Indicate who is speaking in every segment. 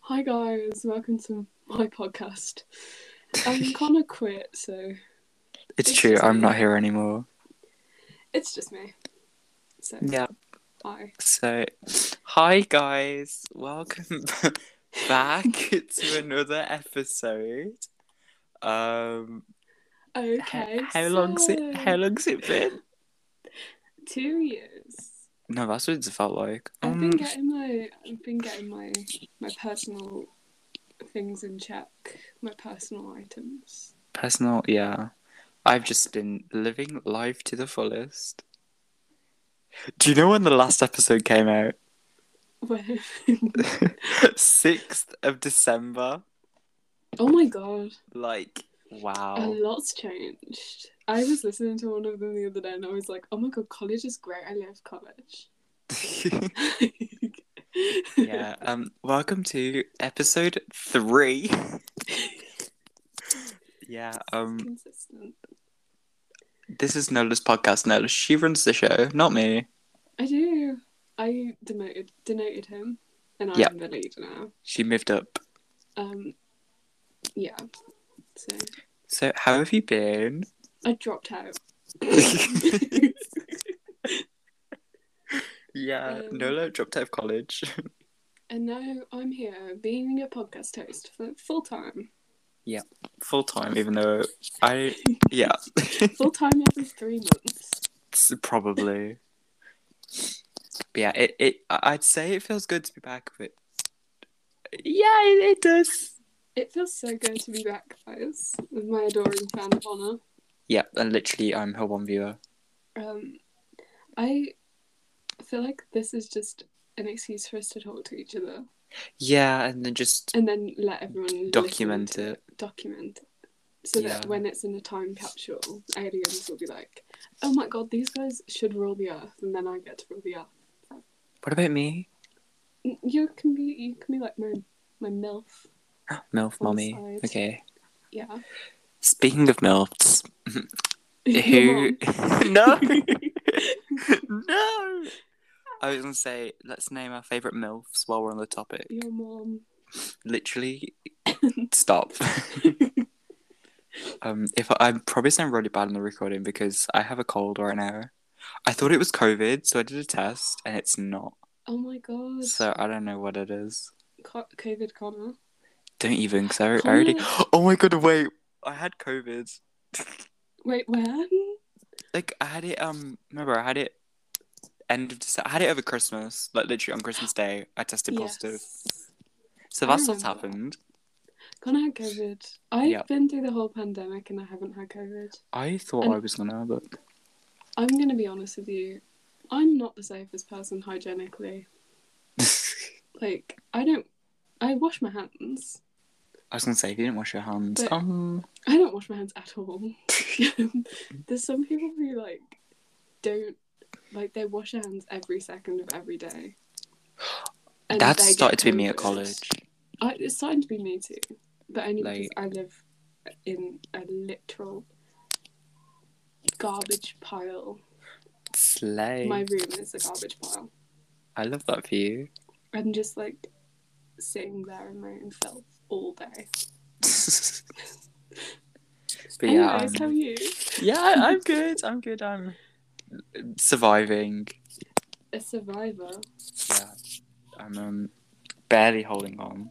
Speaker 1: Hi guys, welcome to my podcast. I'm gonna quit, so
Speaker 2: It's
Speaker 1: It's
Speaker 2: true,
Speaker 1: just
Speaker 2: I'm
Speaker 1: me.
Speaker 2: not here anymore.
Speaker 1: it's just me. So
Speaker 2: Yeah,
Speaker 1: bye.
Speaker 2: so hi guys, welcome back to another episode. Um h-
Speaker 1: Okay.
Speaker 2: how long's it
Speaker 1: so,
Speaker 2: how long's it been?
Speaker 1: Two years.
Speaker 2: No, that's what it's felt like.
Speaker 1: I've
Speaker 2: Um
Speaker 1: been getting my I've been getting my my personal things in check. My personal items.
Speaker 2: personal yeah. I've just been living life to the fullest. Do you know when the last episode came out?
Speaker 1: When
Speaker 2: 6th of December.
Speaker 1: oh my god,
Speaker 2: Like,
Speaker 1: a
Speaker 2: wow.
Speaker 1: lot's changed. I was listening to one of them the other day, and I was like, oh my god, college is great. I love college. Uh,
Speaker 2: yeah um welcome to episode three yeah um
Speaker 1: consistent.
Speaker 2: this is nola's podcast nola she runs the show not me
Speaker 1: I do. I demoted denoted him, and I'm
Speaker 2: Yeah.
Speaker 1: the leader now.
Speaker 2: she moved up
Speaker 1: Um, yeah. So
Speaker 2: so how have you been
Speaker 1: I dropped out.
Speaker 2: yeah
Speaker 1: Um,
Speaker 2: nola dropped out of college
Speaker 1: and now I'm here being a podcast host for full time.
Speaker 2: full time even though i yeah
Speaker 1: Full time every three months.
Speaker 2: s- probably but yeah it, it I- i'd say it feels good to be back but yeah it, it does
Speaker 1: It feels so good to be back, guys, with my adoring fan of honor.
Speaker 2: yeah and literally i'm her one viewer
Speaker 1: Um, I feel like this is just an excuse for us to talk to each other
Speaker 2: yeah and then just
Speaker 1: and then let everyone listen
Speaker 2: document
Speaker 1: to
Speaker 2: it.
Speaker 1: document it. so that
Speaker 2: Yeah.
Speaker 1: when it's in a time capsule aliens will be like oh my god these guys should rule the earth and then i get to rule the earth
Speaker 2: What about me?
Speaker 1: N- you can be you can be like my my milf
Speaker 2: MILF
Speaker 1: One
Speaker 2: mommy.
Speaker 1: side.
Speaker 2: Okay.
Speaker 1: yeah
Speaker 2: Speaking of MILFs,
Speaker 1: Your
Speaker 2: who.
Speaker 1: mom.
Speaker 2: no! no! I was gonna say, let's name our favourite MILFs while we're on the topic.
Speaker 1: your mom
Speaker 2: Literally, stop. um, if I, I probably sound really bad on the recording because I have a cold right now. I thought it was COVID, so I did a test, and it's not.
Speaker 1: oh my god
Speaker 2: So I don't know what it is.
Speaker 1: Co- covid connor
Speaker 2: Don't even, because I, I already. Oh my god! Wait, I had COVID.
Speaker 1: wait when
Speaker 2: like I had it. Um, remember I had it end of December. I had it over Christmas, like literally on Christmas Day. I tested positive,
Speaker 1: Yes.
Speaker 2: so
Speaker 1: I
Speaker 2: that's what's
Speaker 1: remember that.
Speaker 2: happened.
Speaker 1: Connor had COVID. I've
Speaker 2: Yeah.
Speaker 1: been through the whole pandemic and I haven't had COVID.
Speaker 2: I thought
Speaker 1: And-
Speaker 2: I was gonna, but
Speaker 1: I'm going to be honest with you. I'm not the safest person hygienically. Like, I don't. I wash my hands.
Speaker 2: I was gonna say if you didn't wash your hands,
Speaker 1: But-
Speaker 2: um,
Speaker 1: I don't wash my hands at all. There's some people who, like, don't. Like, they wash their hands every second of every day. And
Speaker 2: that
Speaker 1: they get
Speaker 2: started to be me at
Speaker 1: COVID.
Speaker 2: college.
Speaker 1: I, it's starting to be me too. But only
Speaker 2: Like-
Speaker 1: because I live in a literal garbage pile.
Speaker 2: Slay.
Speaker 1: My room is a garbage pile.
Speaker 2: I love that for you.
Speaker 1: I'm just like sitting there in my own filth all day.
Speaker 2: but yeah, um,
Speaker 1: Anyways, how are
Speaker 2: I'm,
Speaker 1: you?
Speaker 2: yeah, I- I'm good. I'm good. I'm surviving.
Speaker 1: A survivor,
Speaker 2: Yeah, I'm um, barely holding on.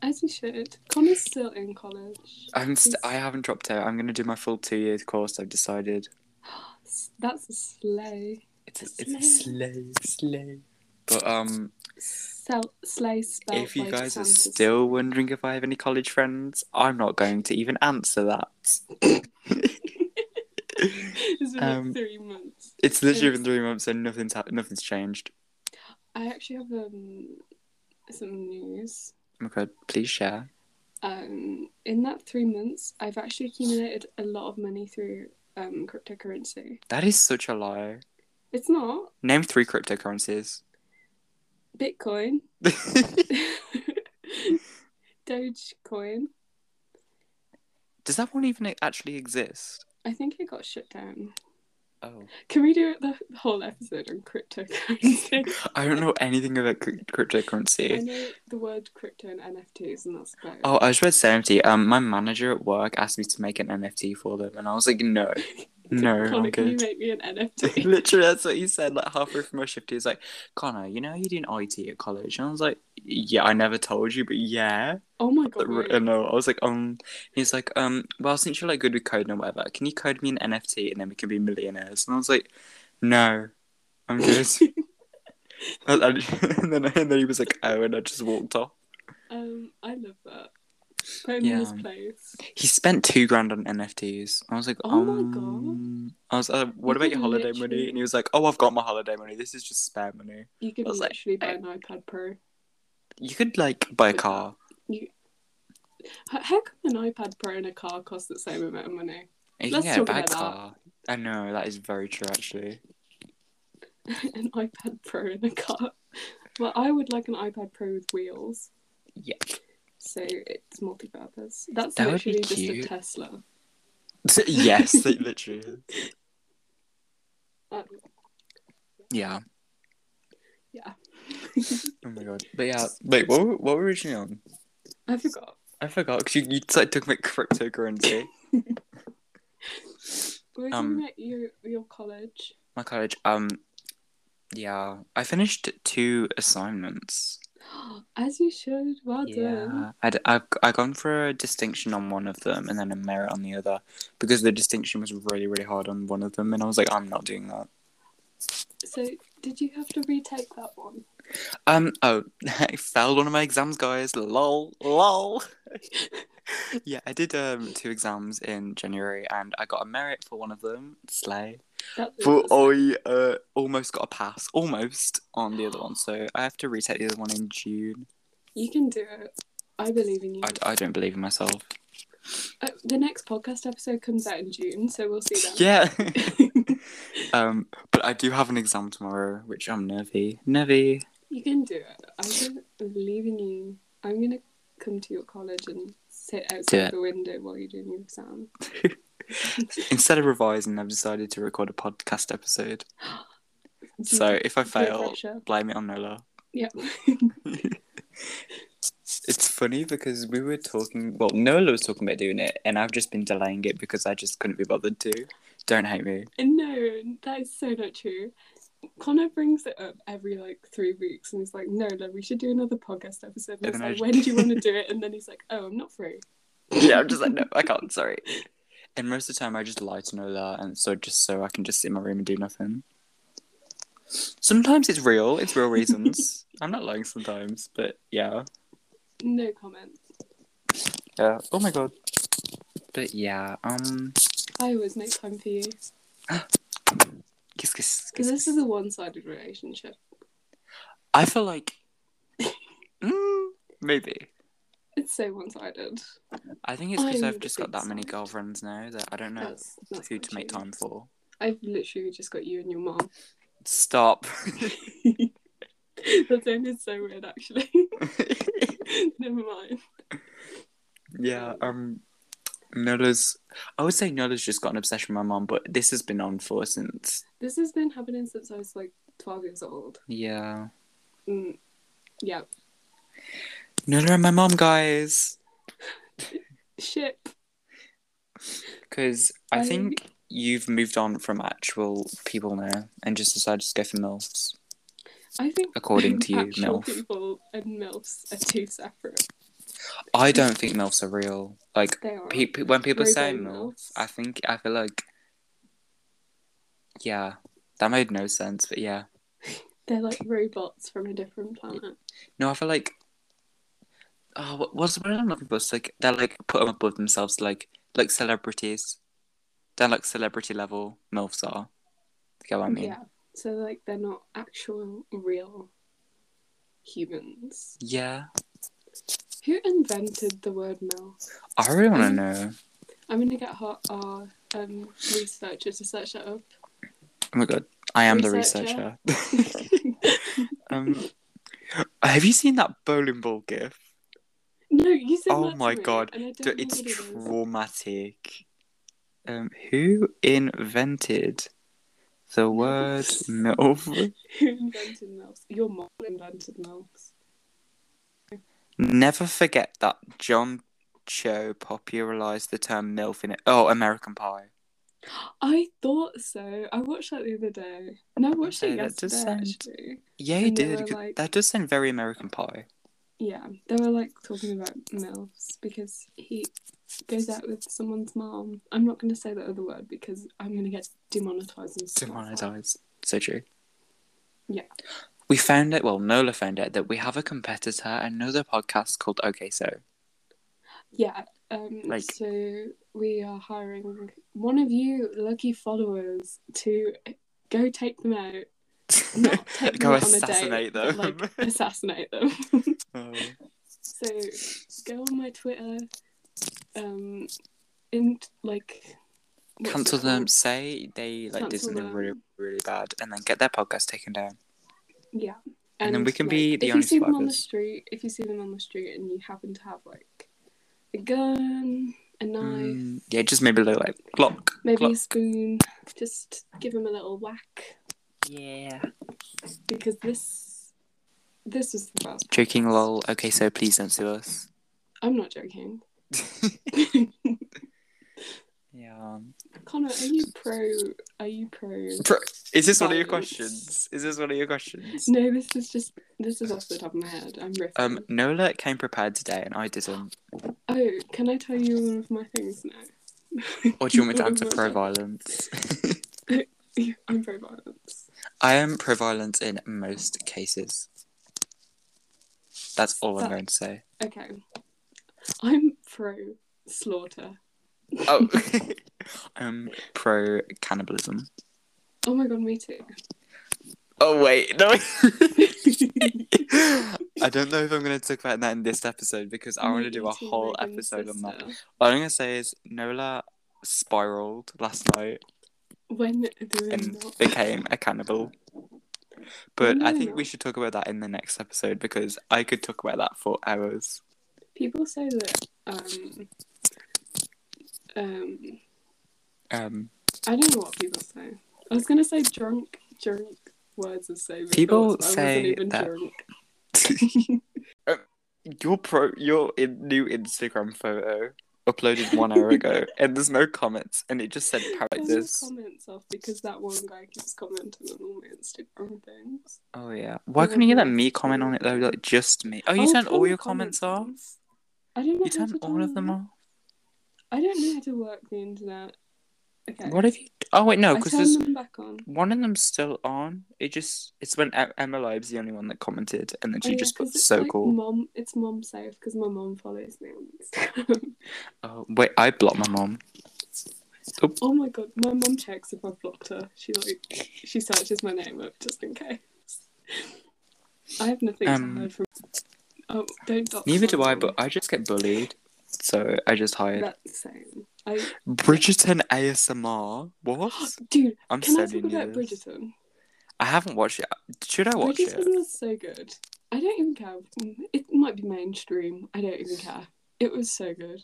Speaker 1: as you should. Connor's still in college.
Speaker 2: I'm st- I haven't dropped out. I'm gonna do my full two years course. I've decided.
Speaker 1: That's a sleigh.
Speaker 2: It's a, it's a slay, slay. But um,
Speaker 1: Sel- sleigh spell.
Speaker 2: if you guys are still wondering if I have any college friends, I'm not going to even answer that.
Speaker 1: it's been
Speaker 2: um,
Speaker 1: like three months.
Speaker 2: It's literally
Speaker 1: Yes.
Speaker 2: been three months and nothing's hap nothing's changed.
Speaker 1: I actually have um some news.
Speaker 2: Okay, Oh please share.
Speaker 1: Um, in that three months, I've actually accumulated a lot of money through um cryptocurrency.
Speaker 2: That is such a lie.
Speaker 1: It's not
Speaker 2: Name three cryptocurrencies.
Speaker 1: Bitcoin. Dogecoin.
Speaker 2: Does that one even e-, actually exist?
Speaker 1: I think it got shut down.
Speaker 2: Oh,
Speaker 1: Can we do the whole episode on cryptocurrency?
Speaker 2: I don't know anything about cr-
Speaker 1: I
Speaker 2: cryptocurrency.
Speaker 1: know the word crypto and NFTs, and that's about it.
Speaker 2: Oh, I was about to say NFT. Um, my manager at work asked me to make an NFT for them, and I was like, no, no, I'm
Speaker 1: Connor, can you
Speaker 2: good.
Speaker 1: make me an NFT?
Speaker 2: Literally, that's what he said. Like halfway through my shift, he was like, "Connor, you know you did IT at college," and I was like, "Yeah, I never told you, but yeah."
Speaker 1: oh my god,
Speaker 2: Like,
Speaker 1: wait.
Speaker 2: r- No, I was like, um, he's like, um, well, since you're like good with coding or whatever, can you code me an NFT and then we can be millionaires? And I was like, no, I'm good. and, and- and then and then he was like, oh, and I just walked off.
Speaker 1: Um, I love that. Pony
Speaker 2: Yeah.
Speaker 1: was place.
Speaker 2: He spent two grand on NFTs. I was like,
Speaker 1: Oh my God.
Speaker 2: um, I was, uh, what about
Speaker 1: could
Speaker 2: your holiday money?
Speaker 1: literally-
Speaker 2: And he was like, oh, I've got my holiday money. This is just spare money.
Speaker 1: You could
Speaker 2: I was like, eh.
Speaker 1: literally buy an iPad Pro.
Speaker 2: You could like buy a
Speaker 1: With
Speaker 2: car.
Speaker 1: How, how come an iPad Pro and a car cost the same amount of money?
Speaker 2: You can
Speaker 1: Let's
Speaker 2: get a
Speaker 1: talk
Speaker 2: bad
Speaker 1: about that.
Speaker 2: car. I know that is very true, actually.
Speaker 1: an iPad Pro and a car. Well, I would like an iPad Pro with wheels,
Speaker 2: Yeah.
Speaker 1: so it's multi-purpose. That's
Speaker 2: That would be
Speaker 1: literally just a
Speaker 2: cute.
Speaker 1: Tesla.
Speaker 2: yes, they literally. is.
Speaker 1: Um,
Speaker 2: Yeah.
Speaker 1: Yeah.
Speaker 2: oh my god. But yeah, wait, what, were- what were we originally on?
Speaker 1: I forgot.
Speaker 2: I forgot because you, you started talking about cryptocurrency.
Speaker 1: We were
Speaker 2: Um,
Speaker 1: talking about your your college.
Speaker 2: my college, um, yeah, I finished two assignments.
Speaker 1: As you should. Well done.
Speaker 2: Yeah, I'd, I've I gone for a distinction on one of them and then a merit on the other because the distinction was really really hard on one of them and I was like I'm not doing that.
Speaker 1: So, did you have to retake that one?
Speaker 2: Um. Oh, I failed one of my exams, guys. Lol. Lol. yeah, I did um two exams in January, and I got a merit for one of them. Slay.
Speaker 1: That
Speaker 2: But I uh, almost got a pass, almost on the other one. So I have to retake the other one in June.
Speaker 1: you can do it. I believe in you.
Speaker 2: I, I don't believe in myself.
Speaker 1: Uh, the next podcast episode comes out in June, so we'll see that.
Speaker 2: Yeah. um. But I do have an exam tomorrow, which I'm nervy. Nervy.
Speaker 1: You can do it. I believe in you. I'm gonna come to your college and sit
Speaker 2: Do it.
Speaker 1: outside the window while you're doing your exam.
Speaker 2: Instead of revising, I've decided to record a podcast episode. So if I
Speaker 1: Peer
Speaker 2: fail,
Speaker 1: pressure.
Speaker 2: blame it on Nola.
Speaker 1: Yeah.
Speaker 2: It's funny because we were talking. Well, Nola was talking about doing it, and I've just been delaying it because I just couldn't be bothered to. Don't hate me.
Speaker 1: no, that is so not true. Connor brings it up every like three weeks and he's like, No, no, we should do another podcast episode. And,
Speaker 2: And
Speaker 1: it's
Speaker 2: then I
Speaker 1: like,
Speaker 2: just-
Speaker 1: When do you want to do it? And then he's like, Oh, I'm not free.
Speaker 2: Yeah, I'm just like, no, I can't. Sorry. And most of the time, I just lie to Nola, and so just so I can just sit in my room and do nothing. Sometimes it's real. It's real reasons. I'm not lying sometimes, but yeah,
Speaker 1: No comment.
Speaker 2: yeah. Oh my god. But yeah, um,
Speaker 1: I always make time for you.
Speaker 2: kiss, kiss, kiss.
Speaker 1: Because this
Speaker 2: kiss.
Speaker 1: is a one sided relationship.
Speaker 2: I feel like, mm, maybe.
Speaker 1: It's so one sided.
Speaker 2: I think it's because
Speaker 1: I'm
Speaker 2: I've
Speaker 1: the
Speaker 2: just got
Speaker 1: big
Speaker 2: that many
Speaker 1: side.
Speaker 2: girlfriends now that I don't know
Speaker 1: That's, that's
Speaker 2: who
Speaker 1: not
Speaker 2: to make
Speaker 1: true.
Speaker 2: time for.
Speaker 1: I've literally just got you and your mom.
Speaker 2: Stop.
Speaker 1: that sounded so weird, actually. Never mind.
Speaker 2: yeah, um, Nola's. I would say Nola's just got an obsession with my mom, but this has been on for since.
Speaker 1: This has been happening since I was like 12 years old.
Speaker 2: Yeah.
Speaker 1: Mm. Yeah.
Speaker 2: Nola and my mom, guys.
Speaker 1: Shit.
Speaker 2: Because I
Speaker 1: I-
Speaker 2: think you've moved on from actual people now and just decided to go for MILFs.
Speaker 1: I think
Speaker 2: According to you,
Speaker 1: actual
Speaker 2: MILF.
Speaker 1: people and MILFs are two separate.
Speaker 2: I don't think MILFs are real. Like,
Speaker 1: They are.
Speaker 2: pe- pe- when people
Speaker 1: Robo
Speaker 2: say MILF,
Speaker 1: MILFs.
Speaker 2: I think, I feel like. Yeah. That made no sense, but yeah.
Speaker 1: They're like robots from a different planet.
Speaker 2: No, I feel like. Oh, what, what's what I'm looking for? It's like they're like put them above themselves, like like celebrities. They're like celebrity level milfs are. You get what I mean?
Speaker 1: Yeah. So, like, they're not actual, real humans.
Speaker 2: Yeah.
Speaker 1: Who invented the word MILF?
Speaker 2: I really want to
Speaker 1: Um,
Speaker 2: know.
Speaker 1: I'm gonna get ho- our um, researcher to search that up.
Speaker 2: Oh my god, I am
Speaker 1: researcher.
Speaker 2: the researcher. um, have you seen that bowling ball gif?
Speaker 1: no, you said
Speaker 2: Oh
Speaker 1: that to
Speaker 2: my
Speaker 1: me,
Speaker 2: God.
Speaker 1: and I
Speaker 2: D-
Speaker 1: don't know
Speaker 2: It's
Speaker 1: what it is.
Speaker 2: traumatic. Um, who invented the word MILF.
Speaker 1: Who invented mouse? Your mom invented mouse.
Speaker 2: Never forget that John Cho popularized the term MILF in it. Oh, American Pie.
Speaker 1: I thought so. I watched that the other day, and I watched
Speaker 2: Okay,
Speaker 1: it
Speaker 2: that does
Speaker 1: yesterday.
Speaker 2: sound-
Speaker 1: Actually,
Speaker 2: Yeah, you
Speaker 1: And they
Speaker 2: did.
Speaker 1: were like-
Speaker 2: That does sound very American Pie.
Speaker 1: yeah, they were like talking about milfs because he goes out with someone's mom. I'm not going to say the other word because I'm going to get demonetized. and stuff.
Speaker 2: Demonetized. So true.
Speaker 1: Yeah.
Speaker 2: We found out, well, Nola found out that we have a competitor, another podcast called Okay So.
Speaker 1: Yeah. Um,
Speaker 2: Like-
Speaker 1: So we are hiring one of you lucky followers to go take them out. Not take them
Speaker 2: Go
Speaker 1: out on a date,
Speaker 2: assassinate
Speaker 1: but,
Speaker 2: them.
Speaker 1: like assassinate them.
Speaker 2: Oh.
Speaker 1: So go on my Twitter, um, and like what's it
Speaker 2: Cancel them,
Speaker 1: called?
Speaker 2: say they like did
Speaker 1: Cancel
Speaker 2: something
Speaker 1: them.
Speaker 2: really, really bad, and then get their podcast taken down.
Speaker 1: Yeah,
Speaker 2: And then we can be the
Speaker 1: if
Speaker 2: only
Speaker 1: you see them on the
Speaker 2: survivors.
Speaker 1: street, if you see them on the street, and you happen to have like a gun, a knife,
Speaker 2: Mm, yeah, just maybe look like clock.
Speaker 1: maybe
Speaker 2: clock.
Speaker 1: a spoon, just give them a little whack
Speaker 2: Yeah.
Speaker 1: because this this was the first.
Speaker 2: Joking, lol. Okay, so please don't sue us.
Speaker 1: I'm not joking.
Speaker 2: yeah.
Speaker 1: Connor, are you pro? Are you pro?
Speaker 2: Is this one of your
Speaker 1: Violence.
Speaker 2: questions? Is this one of your questions?
Speaker 1: No, this is just this is off the top of my head. I'm riffing.
Speaker 2: Um, Nola came prepared today, and I didn't.
Speaker 1: Oh, can I tell you one of my things now?
Speaker 2: Or do you want
Speaker 1: One of
Speaker 2: me to answer
Speaker 1: my-
Speaker 2: pro-violence?
Speaker 1: I'm pro violence.
Speaker 2: I am pro-violence in most cases. That's all I'm
Speaker 1: That-
Speaker 2: going to say.
Speaker 1: Okay. I'm pro slaughter.
Speaker 2: Oh, I'm pro cannibalism.
Speaker 1: Oh my god, me too.
Speaker 2: Oh wait, no. I don't know if I'm going to talk about that in this episode because I want to
Speaker 1: Me
Speaker 2: do a
Speaker 1: eating
Speaker 2: whole
Speaker 1: Megan's
Speaker 2: episode on that.
Speaker 1: sister.
Speaker 2: What I'm going to say is Nola spiraled last night.
Speaker 1: When they were
Speaker 2: and
Speaker 1: not.
Speaker 2: became a cannibal. But I
Speaker 1: No,
Speaker 2: think we
Speaker 1: no.
Speaker 2: should talk about that in the next episode because I could talk about that for hours.
Speaker 1: People say that. Um, um,
Speaker 2: Um,
Speaker 1: I don't know what people say. I was gonna say drunk, drunk words are so. ridiculous,
Speaker 2: People
Speaker 1: but I
Speaker 2: say
Speaker 1: wasn't even
Speaker 2: that-
Speaker 1: drunk.
Speaker 2: your pro, your in- new Instagram photo uploaded one hour ago, and there's no comments, and it just said
Speaker 1: Turn
Speaker 2: paradise.
Speaker 1: your comments off because that one guy keeps commenting on all my Instagram things.
Speaker 2: Oh yeah, why couldn't you let me comment on it though? Like just me. Oh, you
Speaker 1: I'll
Speaker 2: turned
Speaker 1: turn
Speaker 2: all
Speaker 1: the
Speaker 2: your comments off.
Speaker 1: off. I don't know. how
Speaker 2: You
Speaker 1: to
Speaker 2: turned
Speaker 1: turn
Speaker 2: all of them
Speaker 1: off.
Speaker 2: off.
Speaker 1: I don't know how to work the internet. Okay.
Speaker 2: What have you? Oh wait, no,
Speaker 1: I
Speaker 2: because
Speaker 1: turn
Speaker 2: there's
Speaker 1: them back on.
Speaker 2: one of them's still on. It just it's when E- Emma Live's the only one that commented, and then
Speaker 1: Oh,
Speaker 2: she
Speaker 1: yeah,
Speaker 2: just
Speaker 1: 'cause
Speaker 2: put
Speaker 1: it's
Speaker 2: so
Speaker 1: like
Speaker 2: cool.
Speaker 1: Mom, it's mom safe because my mom follows me on Instagram.
Speaker 2: Oh wait, I blocked my mom. Oop.
Speaker 1: oh my god, my mom checks if I've blocked her. She like she searches my name up just in case. I have nothing
Speaker 2: Um,
Speaker 1: to hide from. Oh, don't dot.
Speaker 2: Neither do I,
Speaker 1: Connor.
Speaker 2: but I just get bullied, so I just hide.
Speaker 1: That's the same. I,
Speaker 2: Bridgerton ASMR. What?
Speaker 1: dude,
Speaker 2: I'm
Speaker 1: can I
Speaker 2: so
Speaker 1: talk
Speaker 2: new to
Speaker 1: about
Speaker 2: this.
Speaker 1: Bridgerton?
Speaker 2: I haven't watched it. Should I watch
Speaker 1: Bridgerton
Speaker 2: it?
Speaker 1: was so good. I don't even care. It might be mainstream. I don't even care. It was so good.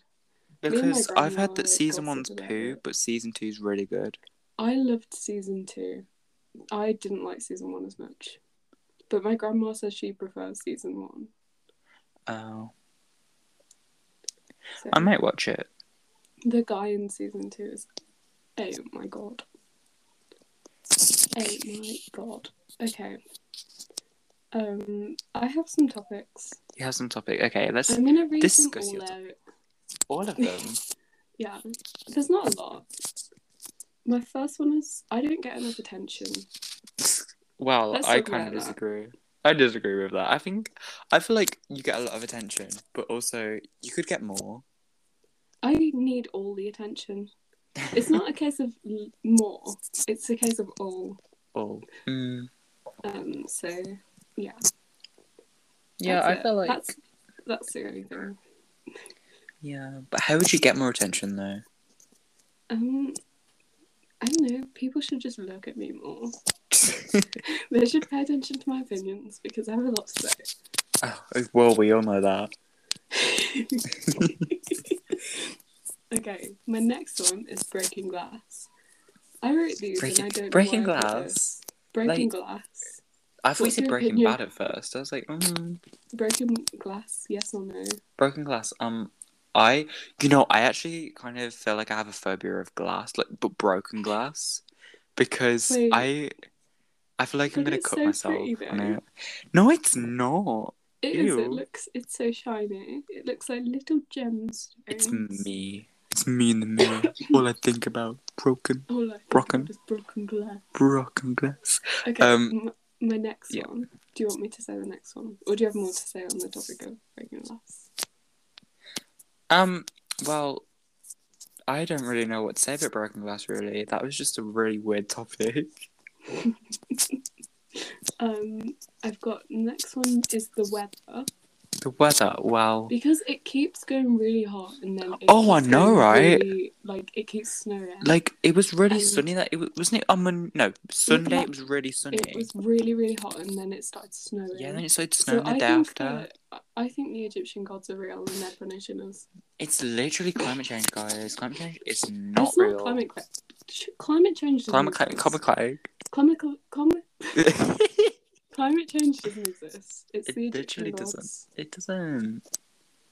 Speaker 1: and my
Speaker 2: Because I've heard
Speaker 1: grandma,
Speaker 2: that
Speaker 1: like,
Speaker 2: season one's
Speaker 1: gossiped about
Speaker 2: poo,
Speaker 1: it.
Speaker 2: but season two's really good.
Speaker 1: I loved season two. I didn't like season one as much, but my grandma says she prefers season one.
Speaker 2: Oh,
Speaker 1: So
Speaker 2: I might watch it.
Speaker 1: the guy in season two is, oh my god, oh my god. Okay. Um, I have some topics.
Speaker 2: You have some topic. Okay, let's
Speaker 1: I'm gonna read them
Speaker 2: discuss your
Speaker 1: all
Speaker 2: top-
Speaker 1: out.
Speaker 2: all of them.
Speaker 1: Yeah, there's not a lot. My first one is I don't get enough attention.
Speaker 2: Well,
Speaker 1: Let's
Speaker 2: I
Speaker 1: talk
Speaker 2: kind of
Speaker 1: about that.
Speaker 2: disagree. I disagree with that. I think I feel like you get a lot of attention, but also you could get more.
Speaker 1: I need all the attention. It's not a case of l- more, it's a case of all.
Speaker 2: all. Mm.
Speaker 1: Um, so yeah.
Speaker 2: Yeah,
Speaker 1: that's
Speaker 2: I
Speaker 1: it.
Speaker 2: feel like
Speaker 1: that's that's the only thing.
Speaker 2: Yeah, but how would you get more attention though?
Speaker 1: Um, I don't know. People should just look at me more. They should pay attention to my opinions because I have a lot to
Speaker 2: oh, well, we all know that.
Speaker 1: say. okay, my next one is breaking glass. I wrote these and I
Speaker 2: Breaking,
Speaker 1: don't know
Speaker 2: breaking
Speaker 1: why I did it.
Speaker 2: glass.
Speaker 1: Breaking glass.
Speaker 2: I thought you
Speaker 1: What's
Speaker 2: said
Speaker 1: your
Speaker 2: Breaking
Speaker 1: opinion?
Speaker 2: Bad at first. I was like, mm,
Speaker 1: Broken glass, yes or no?
Speaker 2: Broken Glass. Um, I, you know, I actually kind of feel like I have a phobia of glass, like, but broken glass, because
Speaker 1: Wait.
Speaker 2: I, I feel like I'm
Speaker 1: But
Speaker 2: gonna
Speaker 1: it's
Speaker 2: cut
Speaker 1: so
Speaker 2: myself.
Speaker 1: pretty,
Speaker 2: on
Speaker 1: though.
Speaker 2: it. No, it's not.
Speaker 1: It is.
Speaker 2: Ew.
Speaker 1: It looks. It's so shiny. It looks like little gems.
Speaker 2: It's me. It's me in the mirror. All I think about broken,
Speaker 1: All I think
Speaker 2: Broken.
Speaker 1: about is Oh, broken glass.
Speaker 2: broken glass.
Speaker 1: Okay.
Speaker 2: Um,
Speaker 1: m- my next
Speaker 2: yeah.
Speaker 1: one. Do you want me to say the next one, or do you have more to say on the topic of breaking glass?
Speaker 2: Um. Well, I don't really know what to say about broken glass. Really, that was just a really weird topic.
Speaker 1: Um, I've got next one is the weather
Speaker 2: The weather. Well,
Speaker 1: because it keeps going really hot and then. It
Speaker 2: Oh, I
Speaker 1: keeps
Speaker 2: know,
Speaker 1: going
Speaker 2: right?
Speaker 1: really- like it keeps snowing.
Speaker 2: like it was really
Speaker 1: Um,
Speaker 2: sunny. That it was, wasn't it on Mon- No, Sunday. It was really sunny.
Speaker 1: it was really really hot and then it started snowing.
Speaker 2: Yeah, then it started
Speaker 1: so
Speaker 2: snowing
Speaker 1: I
Speaker 2: the day
Speaker 1: think
Speaker 2: after.
Speaker 1: that- I- I think the Egyptian gods are real and their premonition is
Speaker 2: It's literally climate change, guys. Climate change is not
Speaker 1: it's
Speaker 2: real.
Speaker 1: Not climate, cla- sh- climate change. Doesn't
Speaker 2: climate, cli-
Speaker 1: exist.
Speaker 2: climate, climate.
Speaker 1: Climate, cl- climate, climate change doesn't exist. It's
Speaker 2: It
Speaker 1: the
Speaker 2: literally
Speaker 1: Egyptian gods.
Speaker 2: doesn't. it doesn't.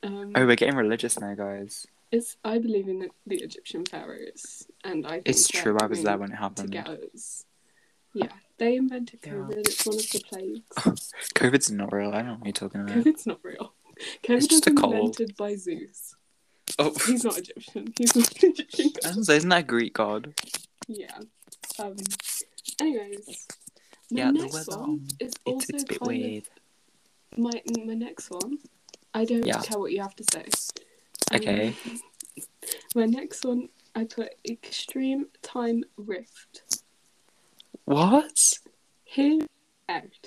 Speaker 1: Um,
Speaker 2: Oh, we're getting religious now, guys.
Speaker 1: it's I believe in the, the Egyptian pharaohs, and I. Think
Speaker 2: It's
Speaker 1: they're
Speaker 2: true. I was
Speaker 1: coming
Speaker 2: there when it
Speaker 1: To
Speaker 2: happened.
Speaker 1: get us. Yeah, they invented
Speaker 2: Yeah.
Speaker 1: COVID. It's one of the plagues.
Speaker 2: COVID's not real. I don't know what you're talking about.
Speaker 1: COVID's not real. COVID
Speaker 2: It's just
Speaker 1: was
Speaker 2: a cold.
Speaker 1: invented by Zeus.
Speaker 2: oh,
Speaker 1: He's not Egyptian. He's not an Egyptian.
Speaker 2: I was gonna say, isn't that a Greek god?
Speaker 1: Yeah. Um. Anyways. My
Speaker 2: Yeah, the
Speaker 1: next
Speaker 2: weather,
Speaker 1: one
Speaker 2: um,
Speaker 1: is
Speaker 2: It's,
Speaker 1: also
Speaker 2: it's a bit
Speaker 1: kind of
Speaker 2: weird.
Speaker 1: my my next one. I don't
Speaker 2: Yeah.
Speaker 1: care what you have to say. Um,
Speaker 2: Okay.
Speaker 1: my next one, I put extreme time rift.
Speaker 2: What?
Speaker 1: Here out.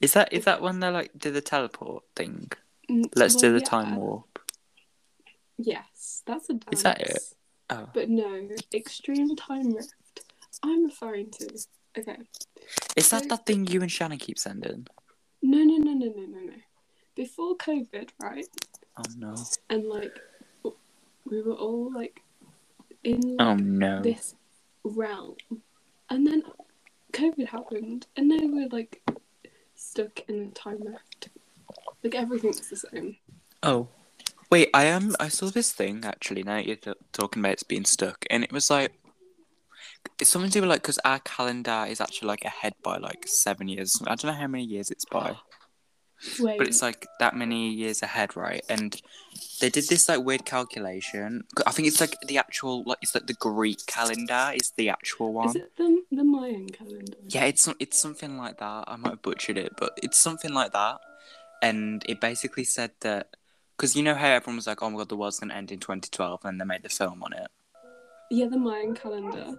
Speaker 2: Is that is that when they like do the teleport thing?
Speaker 1: Mm,
Speaker 2: Let's do
Speaker 1: well,
Speaker 2: the
Speaker 1: yeah,
Speaker 2: time warp.
Speaker 1: Yes, that's a dance.
Speaker 2: Is that it? Oh.
Speaker 1: But no, extreme time rift. I'm referring to. Okay.
Speaker 2: Is that
Speaker 1: so-
Speaker 2: that thing you and Shannon keep sending?
Speaker 1: No, no, no, no, no, no, no. Before COVID, right?
Speaker 2: Oh no.
Speaker 1: And like, we were all like, in
Speaker 2: Oh no.
Speaker 1: this realm. And then COVID happened, and now we're like stuck in a time rift. Like everything's the same.
Speaker 2: Oh. Wait, I am. I saw this thing actually. Now that you're t- talking about it's being stuck, and it was like it's something to do with like because our calendar is actually like ahead by like seven years. I don't know how many years it's by,
Speaker 1: Wait,
Speaker 2: but it's like that many years ahead, right? And they did this like weird calculation. I think it's like the actual like it's like the Greek calendar is the actual one.
Speaker 1: is it the, the Mayan calendar?
Speaker 2: Yeah, it's some- it's something like that. I might have butchered it, but it's something like that. And it basically said that because you know how everyone was like, "Oh my god, the world's gonna end in 2012," and they made the film on it.
Speaker 1: Yeah, the Mayan calendar.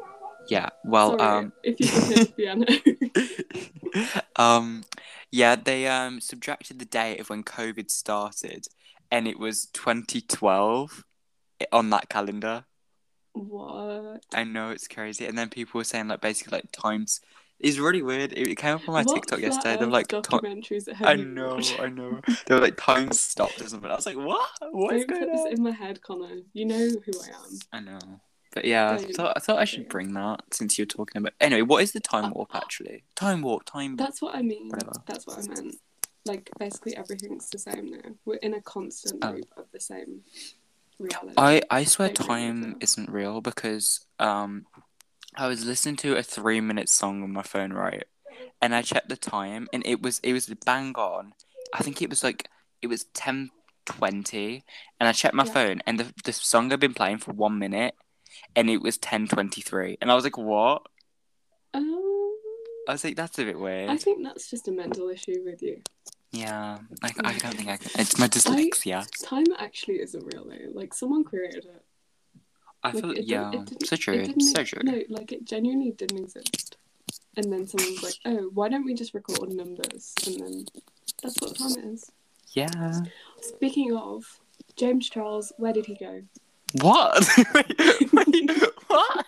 Speaker 2: Yeah. Well,
Speaker 1: Sorry,
Speaker 2: um,
Speaker 1: if you can hear the piano.
Speaker 2: um, yeah, they um subtracted the date of when COVID started, and it was 2012 on that calendar.
Speaker 1: what?
Speaker 2: I know it's crazy. And then people were saying like basically like times. It's really weird. It came up on my
Speaker 1: what
Speaker 2: TikTok
Speaker 1: flat
Speaker 2: yesterday. They're
Speaker 1: Earth
Speaker 2: like. ti-
Speaker 1: documentaries.
Speaker 2: I know, I know. They were like time stopped or something. I was like, what? What is
Speaker 1: Don't put
Speaker 2: going
Speaker 1: this
Speaker 2: on?
Speaker 1: in my head, Connor. You know who I am.
Speaker 2: I know. But yeah, I
Speaker 1: Don't.
Speaker 2: thought, I thought I should bring that since you're talking about. Anyway, what is the
Speaker 1: Uh,
Speaker 2: time warp actually? Time warp, time.
Speaker 1: That's what I mean.
Speaker 2: Whatever.
Speaker 1: That's what I meant. Like basically everything's the same now. We're in a constant
Speaker 2: Oh.
Speaker 1: loop of the same reality.
Speaker 2: I I swear
Speaker 1: Don't bring it
Speaker 2: time
Speaker 1: up.
Speaker 2: isn't real because um, I was listening to a three minute song on my phone right, and I checked the time and it was it was bang on. I think it was like it was ten twenty, and I checked my
Speaker 1: Yeah.
Speaker 2: phone and the the song I've been playing for one minute, and it was ten twenty three, and I was like, what?
Speaker 1: Um,
Speaker 2: I was like, that's a bit weird.
Speaker 1: I think that's just a mental issue with you.
Speaker 2: Yeah, like I don't think I can. It's my dyslexia.
Speaker 1: Time actually isn't real though. Like someone created it.
Speaker 2: I,
Speaker 1: Like,
Speaker 2: feel
Speaker 1: it didn't-
Speaker 2: yeah,
Speaker 1: it didn't-
Speaker 2: so
Speaker 1: it
Speaker 2: true,
Speaker 1: didn't-
Speaker 2: so true.
Speaker 1: No, like it genuinely didn't exist. And then someone's like, "Oh, why don't we just record numbers?" And then that's what time is.
Speaker 2: Yeah.
Speaker 1: Speaking of James Charles, where did he go?
Speaker 2: What? Wait, wait, what?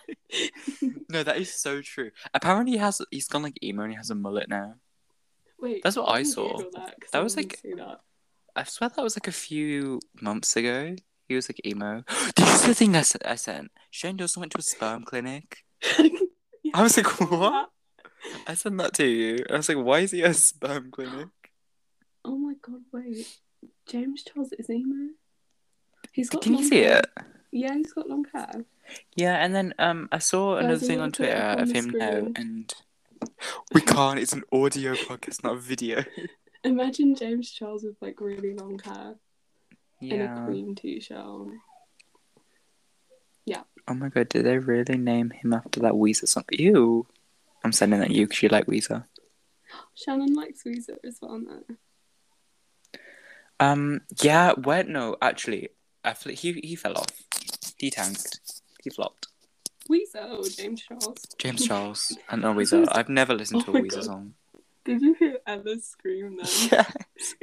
Speaker 2: No, that is so true. Apparently, he has he's gone like emo and he has a mullet now.
Speaker 1: Wait,
Speaker 2: That's what
Speaker 1: let
Speaker 2: I
Speaker 1: me
Speaker 2: saw.
Speaker 1: Google That, 'cause
Speaker 2: That
Speaker 1: I
Speaker 2: was,
Speaker 1: didn't
Speaker 2: like-
Speaker 1: see that.
Speaker 2: I swear that was like a few months ago. He was like emo. this is the thing I, s- I sent. Shane Dawson went to a sperm clinic. I was like, what? I sent that to you. I was like, why is he at a sperm clinic?
Speaker 1: Oh my god, wait. James Charles is emo. He's got
Speaker 2: Can you
Speaker 1: long
Speaker 2: see
Speaker 1: hair.
Speaker 2: it?
Speaker 1: Yeah, he's got long hair.
Speaker 2: Yeah, and then um, I saw
Speaker 1: Guys,
Speaker 2: another
Speaker 1: we
Speaker 2: thing
Speaker 1: need
Speaker 2: on
Speaker 1: to put it
Speaker 2: Twitter
Speaker 1: up on
Speaker 2: of
Speaker 1: the
Speaker 2: him now,
Speaker 1: screen.
Speaker 2: and we can't. It's an audio podcast, not a video.
Speaker 1: Imagine James Charles with like really long hair and a
Speaker 2: Yeah.
Speaker 1: queen t-shirt on.
Speaker 2: Oh my god, did they really name him after that Weezer song? Ew. I'm sending that you because you like Weezer.
Speaker 1: Shannon likes Weezer as well now.
Speaker 2: Um, yeah. Wait, no. Actually, I fl- he he fell off. He tanked. He flopped.
Speaker 1: Weezer or James Charles?
Speaker 2: James Charles. I know Weezer. I've never listened to
Speaker 1: Oh
Speaker 2: a
Speaker 1: my
Speaker 2: Weezer
Speaker 1: God.
Speaker 2: song.
Speaker 1: Did you hear Ella scream then?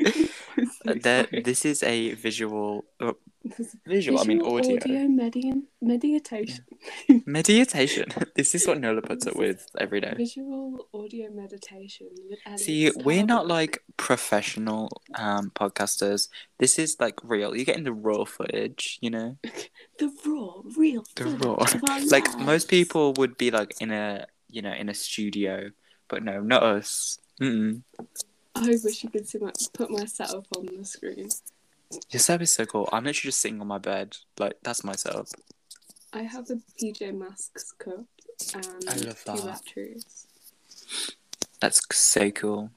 Speaker 2: Yeah.
Speaker 1: I'm so
Speaker 2: There,
Speaker 1: sorry.
Speaker 2: Uh, this is a visual, uh,
Speaker 1: This is
Speaker 2: visual. I mean,
Speaker 1: visual
Speaker 2: audio,
Speaker 1: medium, meditation.
Speaker 2: meditation. this is what Nola puts
Speaker 1: This
Speaker 2: up
Speaker 1: is-
Speaker 2: with every day.
Speaker 1: Visual audio meditation with Alex
Speaker 2: See, we're not
Speaker 1: Tarbuck.
Speaker 2: like professional um podcasters. This is like real. You're getting the raw footage, you know.
Speaker 1: the raw, real,
Speaker 2: The
Speaker 1: footage
Speaker 2: raw.
Speaker 1: of our
Speaker 2: Like most
Speaker 1: lives.
Speaker 2: people would be like in a, you know, in a studio, but no, not us. Mm-mm.
Speaker 1: I wish you could see my put my setup on the screen.
Speaker 2: Your setup is so cool. I'm literally just sitting on my bed. Like that's my setup.
Speaker 1: I have a PJ Masks cup and
Speaker 2: I love
Speaker 1: two
Speaker 2: that.
Speaker 1: batteries.
Speaker 2: That's so cool.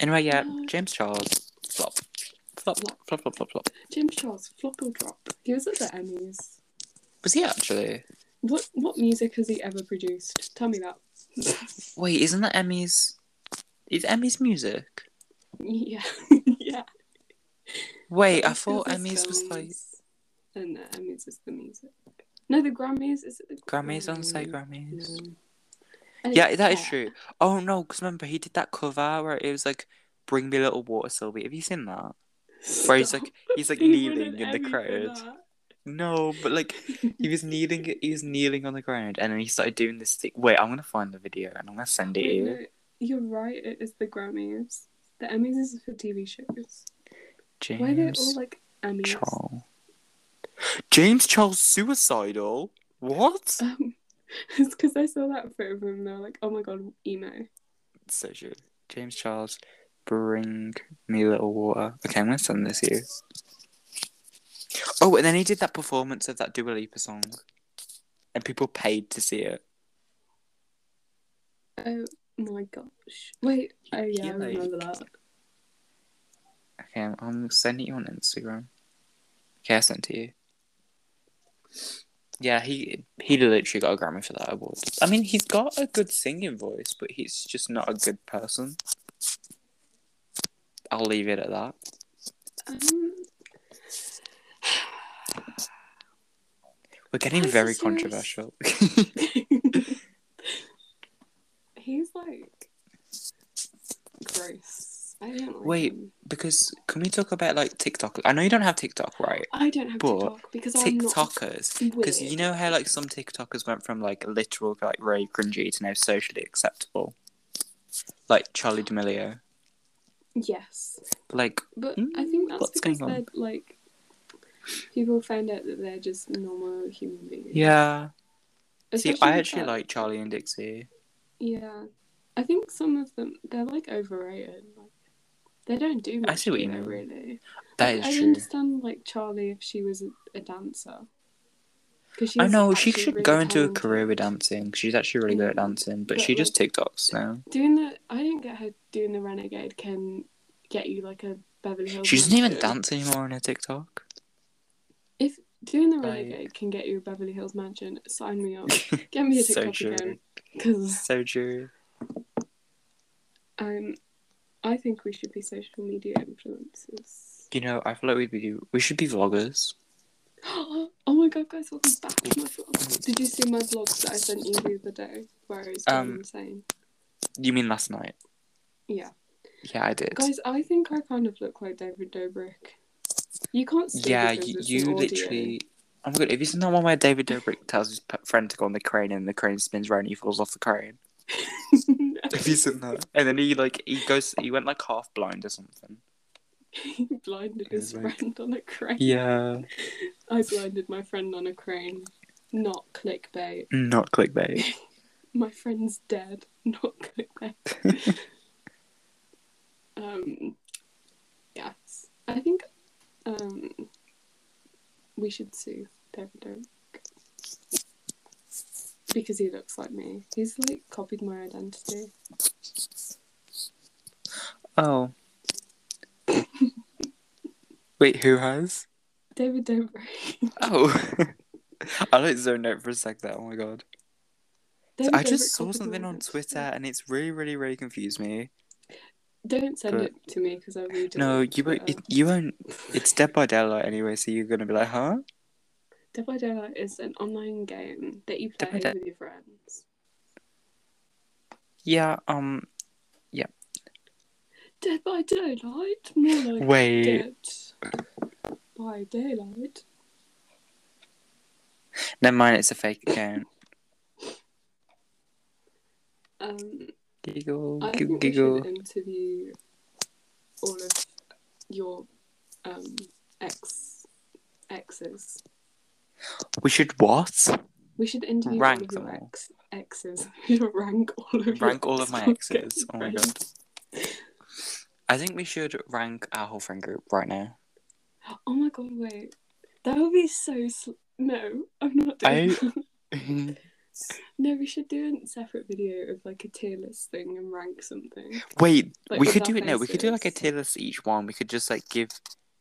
Speaker 2: Anyway, yeah,
Speaker 1: No.
Speaker 2: James Charles, flop, flop, flop, flop, flop, flop, flop.
Speaker 1: Jim Charles, flop or drop. He was at the Emmys.
Speaker 2: Was he actually?
Speaker 1: What what music has he ever produced? Tell me that.
Speaker 2: Wait, isn't that Emmy's? Is Emmy's music?
Speaker 1: yeah, yeah.
Speaker 2: Wait, I
Speaker 1: Oscars
Speaker 2: thought
Speaker 1: is
Speaker 2: Emmy's was like
Speaker 1: films, And the Emmys is the music. No, the Grammys is it the
Speaker 2: Grammys. I don't say Grammys.
Speaker 1: No. And
Speaker 2: Yeah,
Speaker 1: it's
Speaker 2: that is
Speaker 1: hair.
Speaker 2: true. Oh no, because remember he did that cover where it was like, "Bring me a little water, Sylvie." Have you seen that? Where he's like,
Speaker 1: Stop.
Speaker 2: he's like
Speaker 1: He won
Speaker 2: kneeling
Speaker 1: an
Speaker 2: in the
Speaker 1: Emmy for
Speaker 2: crowd.
Speaker 1: that.
Speaker 2: No, but like he was kneeling, he was kneeling on the ground, and then he started doing this thing. Wait, I'm gonna find the video and I'm gonna send it to
Speaker 1: Wait,
Speaker 2: you.
Speaker 1: no, you're right, it is the Grammys. The Emmys is for TV shows. Why are they all
Speaker 2: James
Speaker 1: like Emmys?
Speaker 2: Charles. James Charles suicidal. What?
Speaker 1: Um, it's because I saw that photo of him. They're like, "Oh my god, emo."
Speaker 2: so true. James Charles, bring me a little water. Okay, I'm gonna send this to you. Oh, and then he did that performance of that Dua Lipa song, and people paid to see it.
Speaker 1: Oh my gosh! Wait. Oh yeah, I
Speaker 2: Yeah, like-
Speaker 1: remember that.
Speaker 2: Okay, I'm, I'm sending you on Instagram. Okay, I sent it to you. Yeah, he he literally got a Grammy for that award. I mean, he's got a good singing voice, but he's just not a good person. I'll leave it at that.
Speaker 1: Um,
Speaker 2: We're getting
Speaker 1: Why is
Speaker 2: very
Speaker 1: this yours?
Speaker 2: controversial.
Speaker 1: he's like gross. I don't like
Speaker 2: Wait.
Speaker 1: him.
Speaker 2: Because can we talk about like TikTok? I know you don't have TikTok, right?
Speaker 1: I don't have
Speaker 2: But
Speaker 1: TikTok because I'm not.
Speaker 2: TikTokers, because you
Speaker 1: weird.
Speaker 2: know how like some TikTokers went from like literal like very cringy to now socially acceptable, like Charlie D'Amelio.
Speaker 1: Yes,
Speaker 2: Like
Speaker 1: but
Speaker 2: Hmm,
Speaker 1: I think that's
Speaker 2: what's
Speaker 1: because
Speaker 2: going
Speaker 1: they're
Speaker 2: on?
Speaker 1: like people found out that they're just normal human beings.
Speaker 2: yeah, see,
Speaker 1: Especially
Speaker 2: I
Speaker 1: with
Speaker 2: actually
Speaker 1: that-
Speaker 2: like Charlie and Dixie.
Speaker 1: Yeah, I think some of them they're like overrated. Like they don't do much.
Speaker 2: I see what you
Speaker 1: know,
Speaker 2: mean.
Speaker 1: really.
Speaker 2: That
Speaker 1: Like,
Speaker 2: is
Speaker 1: I
Speaker 2: true.
Speaker 1: understand like Charlie if she was a, a dancer. 'Cause
Speaker 2: I
Speaker 1: she's
Speaker 2: know she
Speaker 1: actually
Speaker 2: should
Speaker 1: really
Speaker 2: go into a
Speaker 1: talented.
Speaker 2: career with dancing. She's actually really good at
Speaker 1: Mm,
Speaker 2: dancing, but,
Speaker 1: but,
Speaker 2: she just TikToks now.
Speaker 1: Doing the I didn't get her doing the renegade can get you like a Beverly Hills.
Speaker 2: She doesn't even
Speaker 1: Mansion.
Speaker 2: dance anymore on her TikTok.
Speaker 1: If doing the
Speaker 2: Like-
Speaker 1: renegade can get you a Beverly Hills mansion, sign me up. Get me a
Speaker 2: So
Speaker 1: TikTok
Speaker 2: true.
Speaker 1: again because
Speaker 2: so true.
Speaker 1: um, I think we should be social media influencers.
Speaker 2: You know, I feel like we'd be we should be vloggers.
Speaker 1: oh my god, guys, welcome back to my vlog. Did you see my vlog that I sent you the other day where I was going
Speaker 2: Um,
Speaker 1: insane?
Speaker 2: You mean last night?
Speaker 1: Yeah.
Speaker 2: Yeah, I did.
Speaker 1: Guys, I think I kind of look like David Dobrik. You can't see
Speaker 2: yeah,
Speaker 1: because
Speaker 2: you,
Speaker 1: it's
Speaker 2: you
Speaker 1: an audio.
Speaker 2: literally. I'm good. Have you seen that one where David Dobrik tells his p- friend to go on the crane and the crane spins round and he falls off the crane?
Speaker 1: No.
Speaker 2: Have you seen that? And then he like he goes he went like half blind or something.
Speaker 1: He blinded his
Speaker 2: It's like-
Speaker 1: friend on a crane.
Speaker 2: Yeah.
Speaker 1: I blinded my friend on a crane. Not clickbait.
Speaker 2: Not clickbait.
Speaker 1: my friend's dead. Not going there. um, yes, I think um, we should sue David Oak because he looks like me. He's like copied my identity.
Speaker 2: Oh. Wait, who has?
Speaker 1: David Dobrik.
Speaker 2: Oh. I like zoned out for a sec there. Oh my god. So
Speaker 1: David
Speaker 2: I just
Speaker 1: Dobrik
Speaker 2: saw
Speaker 1: copied my
Speaker 2: something on
Speaker 1: identity.
Speaker 2: Twitter and it's really, really, really confused me.
Speaker 1: Don't send
Speaker 2: but-
Speaker 1: it to me because I read it.
Speaker 2: No,
Speaker 1: on
Speaker 2: you won't. It,
Speaker 1: Twitter.
Speaker 2: you won't. It's Dead by Daylight anyway, so you're gonna be like, huh?
Speaker 1: Dead by Daylight is an online game that you
Speaker 2: Dead by
Speaker 1: play
Speaker 2: Day-
Speaker 1: with your friends.
Speaker 2: Yeah. Um.
Speaker 1: Dead by Daylight? More like
Speaker 2: Wait.
Speaker 1: Dead by Daylight.
Speaker 2: Never mind. It's a fake account.
Speaker 1: Um,
Speaker 2: Giggle.
Speaker 1: I
Speaker 2: Giggle.
Speaker 1: think we
Speaker 2: Giggle.
Speaker 1: should interview all of your um, ex exes.
Speaker 2: We should what?
Speaker 1: We should interview
Speaker 2: Rank
Speaker 1: all of your
Speaker 2: them all.
Speaker 1: ex exes. We should rank all of your
Speaker 2: Rank all of my
Speaker 1: ex-
Speaker 2: exes. Oh my god. I think we should rank our whole friend group right now.
Speaker 1: Oh my god! Wait, that would be so. Sl- no, I'm not
Speaker 2: I-
Speaker 1: doing. that. No, we should do a separate video of like a tier list thing and rank something.
Speaker 2: Wait,
Speaker 1: Like,
Speaker 2: we
Speaker 1: with
Speaker 2: could
Speaker 1: our
Speaker 2: do it now. We could do like a
Speaker 1: faces.
Speaker 2: tier list each one. We could just like give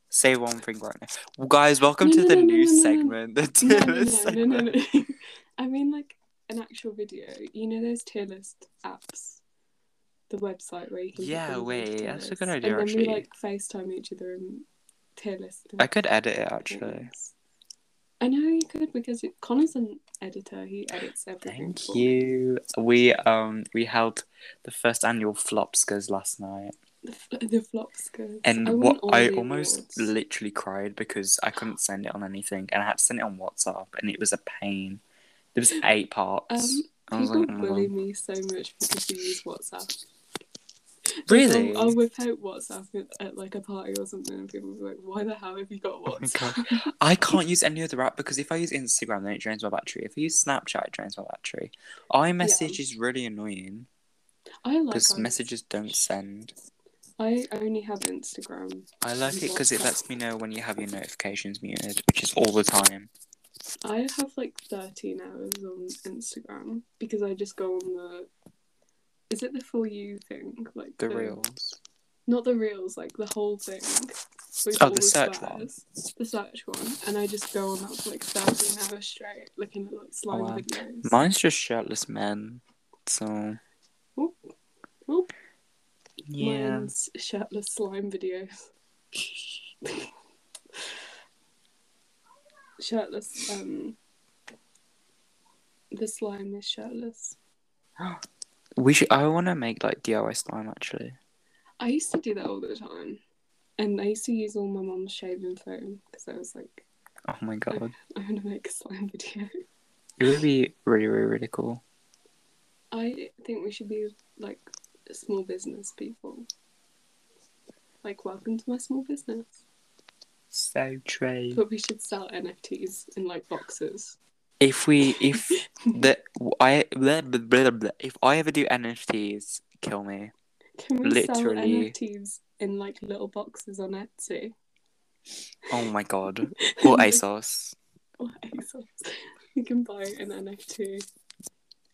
Speaker 2: say one thing right now. Well, guys, welcome
Speaker 1: No,
Speaker 2: to
Speaker 1: no,
Speaker 2: the
Speaker 1: no, no,
Speaker 2: new
Speaker 1: no, no.
Speaker 2: segment, the
Speaker 1: No,
Speaker 2: tier
Speaker 1: no,
Speaker 2: list
Speaker 1: no, no,
Speaker 2: segment.
Speaker 1: no, no. I mean, like an actual video. You know those tier list apps, the website where you can. put
Speaker 2: Yeah,
Speaker 1: things into
Speaker 2: wait,
Speaker 1: tier
Speaker 2: that's a
Speaker 1: lists.
Speaker 2: good idea,
Speaker 1: And then
Speaker 2: actually.
Speaker 1: we like FaceTime each other and tier list.
Speaker 2: I could edit it actually.
Speaker 1: things. I know you could because it, Connor's an editor. He edits everything.
Speaker 2: Thank
Speaker 1: for me.
Speaker 2: you. We um we held the first annual Flopskers last night,
Speaker 1: The, fl- the flops good.
Speaker 2: and
Speaker 1: I won
Speaker 2: what
Speaker 1: all
Speaker 2: I
Speaker 1: the
Speaker 2: almost
Speaker 1: awards.
Speaker 2: literally cried because I couldn't send it on anything, and I had to send it on WhatsApp, and it was a pain. There was eight parts.
Speaker 1: Um,
Speaker 2: I was
Speaker 1: People
Speaker 2: like, oh my
Speaker 1: bully
Speaker 2: God.
Speaker 1: me so much because we use WhatsApp.
Speaker 2: really?
Speaker 1: I'll, I'll whip out WhatsApp at, at like a party or something, and people will be like, "Why the hell have you got
Speaker 2: my
Speaker 1: WhatsApp?"
Speaker 2: I can't use any other app because if I use Instagram, then it drains my battery. If I use Snapchat, it drains my battery. iMessage is really annoying
Speaker 1: I like
Speaker 2: because
Speaker 1: iMessage.
Speaker 2: messages don't send.
Speaker 1: I only have Instagram.
Speaker 2: I like it because it
Speaker 1: WhatsApp.
Speaker 2: lets me know when you have your notifications muted, which is all the time.
Speaker 1: I have like thirteen hours on Instagram because I just go on the. Is it the for you thing? Like
Speaker 2: The reels.
Speaker 1: Not the reels, like the whole thing. with
Speaker 2: Oh,
Speaker 1: all
Speaker 2: the search one.
Speaker 1: squares. The search one, and I just go on that for like thirteen hours straight, looking at like slime
Speaker 2: Oh, wow.
Speaker 1: videos.
Speaker 2: Mine's just shirtless men. So.
Speaker 1: Oop, oop.
Speaker 2: Yeah.
Speaker 1: Mine's shirtless slime videos. shirtless, um. The slime is shirtless.
Speaker 2: We should. I want to make like DIY slime actually.
Speaker 1: I used to do that all the time. And I used to use all my mom's shaving foam because I was like,
Speaker 2: Oh my god.
Speaker 1: I'm going to make a slime video.
Speaker 2: It would be really, really, really cool.
Speaker 1: I think we should be like small business people. Like, welcome to my small business.
Speaker 2: So true.
Speaker 1: But we should sell NFTs in like boxes.
Speaker 2: If we if the I blah, blah, blah, blah. if I ever do NFTs, kill me.
Speaker 1: Can we
Speaker 2: Literally.
Speaker 1: sell NFTs in like little boxes on Etsy?
Speaker 2: Oh my god. Or ASOS.
Speaker 1: Or ASOS? You can buy an NFT.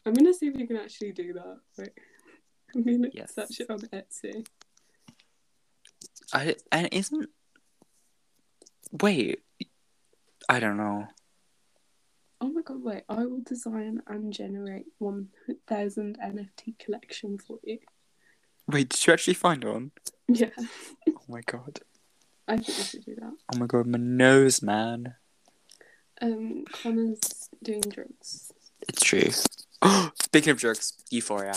Speaker 1: I'm gonna see if you can actually do that. Wait. I'm gonna
Speaker 2: Yes.
Speaker 1: search it on Etsy.
Speaker 2: I and isn't wait. I don't know.
Speaker 1: Oh my god, wait, I will design and generate 1000 NFT collection for you.
Speaker 2: Wait, did you actually find one?
Speaker 1: Yeah,
Speaker 2: Oh my god.
Speaker 1: I think we should do that.
Speaker 2: Oh my god, my nose, man.
Speaker 1: Um, Connor's doing drugs.
Speaker 2: It's true. Speaking of drugs, Euphoria.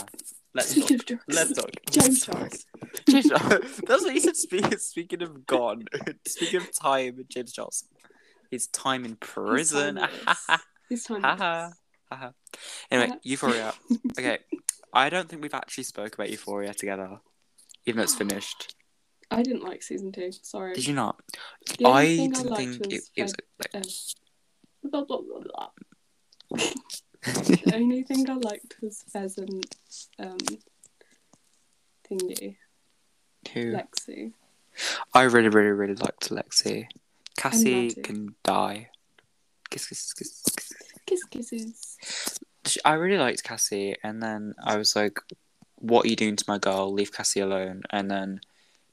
Speaker 2: Let's talk.
Speaker 1: Speaking of drugs.
Speaker 2: Let's talk.
Speaker 1: James Charles.
Speaker 2: James Charles. That's what you said. Speaking, speaking of gone, speaking of time, James Charles. His time in prison.
Speaker 1: timeless. He's time.
Speaker 2: Haha. Haha. anyway,
Speaker 1: Uh,
Speaker 2: Euphoria. Okay, I don't think we've actually spoke about Euphoria together, even though it's finished.
Speaker 1: I didn't like season two, sorry.
Speaker 2: Did you not?
Speaker 1: The only
Speaker 2: I
Speaker 1: thing
Speaker 2: didn't
Speaker 1: liked um,
Speaker 2: think it, it was. Like,
Speaker 1: Fred- uh, blah, blah, blah, blah. The only thing I liked was pheasant um, thingy,
Speaker 2: Who?
Speaker 1: Lexi.
Speaker 2: I really, really, really liked Lexi. Cassie
Speaker 1: Matty.
Speaker 2: can die. Kiss, kiss, kiss, kiss.
Speaker 1: Kiss kisses.
Speaker 2: She- I really liked Cassie, and then I was like, "What are you doing to my girl? Leave Cassie alone." And then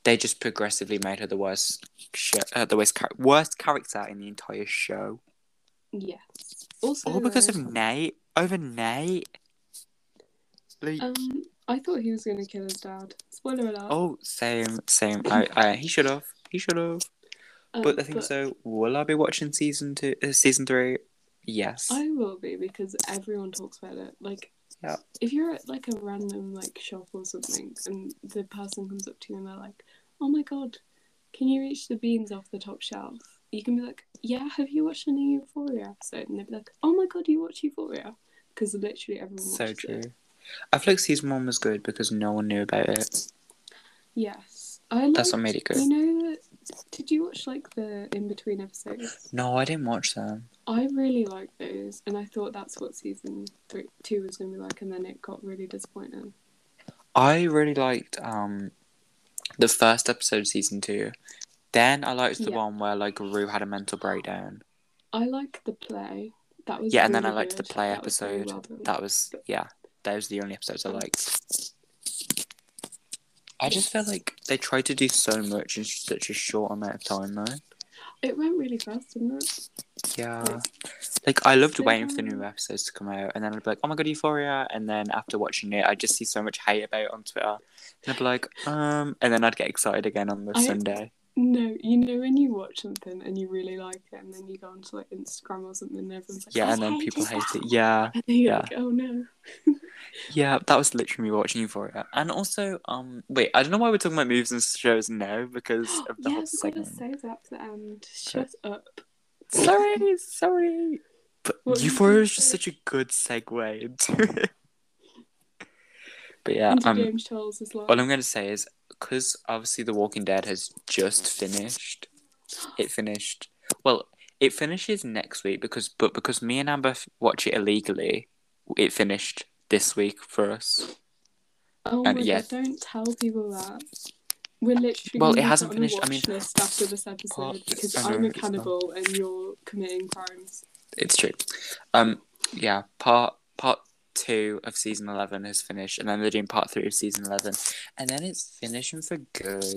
Speaker 2: they just progressively made her the worst, sh- uh, the worst, char- worst character in the entire show.
Speaker 1: Yes. Also,
Speaker 2: All because of
Speaker 1: uh,
Speaker 2: Nate. Over Nate. Like,
Speaker 1: um, I thought he was gonna kill his dad. Spoiler alert.
Speaker 2: oh, same, same. I, I, he should have. He should have.
Speaker 1: Um,
Speaker 2: But I think so. Will I be watching season two, uh, season three? Yes.
Speaker 1: I will be because everyone talks about it. Like,
Speaker 2: Yeah.
Speaker 1: if you're at like a random like shop or something, and the person comes up to you and they're like, "Oh my god, can you reach the beans off the top shelf?" You can be like, "Yeah, have you watched any Euphoria episode?" And they'd be like, "Oh my god, you watch Euphoria?" Because literally everyone.
Speaker 2: so
Speaker 1: watches
Speaker 2: true.
Speaker 1: It.
Speaker 2: I feel like season one was good because no one knew about it.
Speaker 1: Yes, I. Liked,
Speaker 2: That's what made it good.
Speaker 1: You know that? Did you watch like the in between episodes?
Speaker 2: No, I didn't watch them.
Speaker 1: I really liked those, and I thought that's what season three, two was going to be like, and then it got really disappointing.
Speaker 2: I really liked um the first episode of season two. Then I liked the
Speaker 1: Yeah.
Speaker 2: one where like Rue had a mental breakdown.
Speaker 1: I liked the play. That was
Speaker 2: yeah, and then I
Speaker 1: really
Speaker 2: liked the
Speaker 1: good.
Speaker 2: play
Speaker 1: That was very
Speaker 2: episode.
Speaker 1: well done.
Speaker 2: That was yeah. Those are the only episodes I liked. I just feel like they tried to do so much in such a short amount of time though.
Speaker 1: It went really fast, didn't it?
Speaker 2: Yeah. Like I loved
Speaker 1: So-
Speaker 2: waiting for the new episodes to come out and then I'd be like, Oh my god, Euphoria and then after watching it I'd just see so much hate about it on Twitter. And I'd be like, um and then I'd get excited again on the
Speaker 1: I-
Speaker 2: Sunday.
Speaker 1: No, you know when you watch something and you really like it, and then you go onto like Instagram or something, and everyone's like, "Oh,
Speaker 2: Yeah,
Speaker 1: "I
Speaker 2: and then people
Speaker 1: this
Speaker 2: hate
Speaker 1: app."
Speaker 2: it. Yeah.
Speaker 1: And then you're
Speaker 2: yeah.
Speaker 1: like, "Oh no!"
Speaker 2: Yeah, that was literally me watching Euphoria. And also, um wait, I don't know why we're talking about movies and shows now because of the
Speaker 1: yeah,
Speaker 2: whole
Speaker 1: I've got to
Speaker 2: segment.
Speaker 1: say that at the end. Shut up.
Speaker 2: Sorry, sorry. But
Speaker 1: What were you
Speaker 2: Euphoria
Speaker 1: gonna
Speaker 2: is just
Speaker 1: say?
Speaker 2: such a good segue into it. But yeah,
Speaker 1: Into
Speaker 2: um
Speaker 1: James Charles as well.
Speaker 2: All I'm going to say is because obviously The Walking Dead has just finished. It finished. Well, it finishes next week because, but because me and Amber f- watch it illegally, it finished this week for us.
Speaker 1: oh
Speaker 2: and
Speaker 1: my
Speaker 2: yeah.
Speaker 1: god! Don't tell people that. We're literally
Speaker 2: Well,
Speaker 1: gonna
Speaker 2: it
Speaker 1: put
Speaker 2: hasn't
Speaker 1: on a
Speaker 2: finished, I
Speaker 1: watch
Speaker 2: mean-
Speaker 1: list after this episode
Speaker 2: Well,
Speaker 1: because
Speaker 2: I know
Speaker 1: I'm a
Speaker 2: it's not.
Speaker 1: cannibal and you're committing crimes.
Speaker 2: It's true. Um, yeah, part part two of season eleven has finished, and then they're doing part three of season eleven, and then it's finishing for good.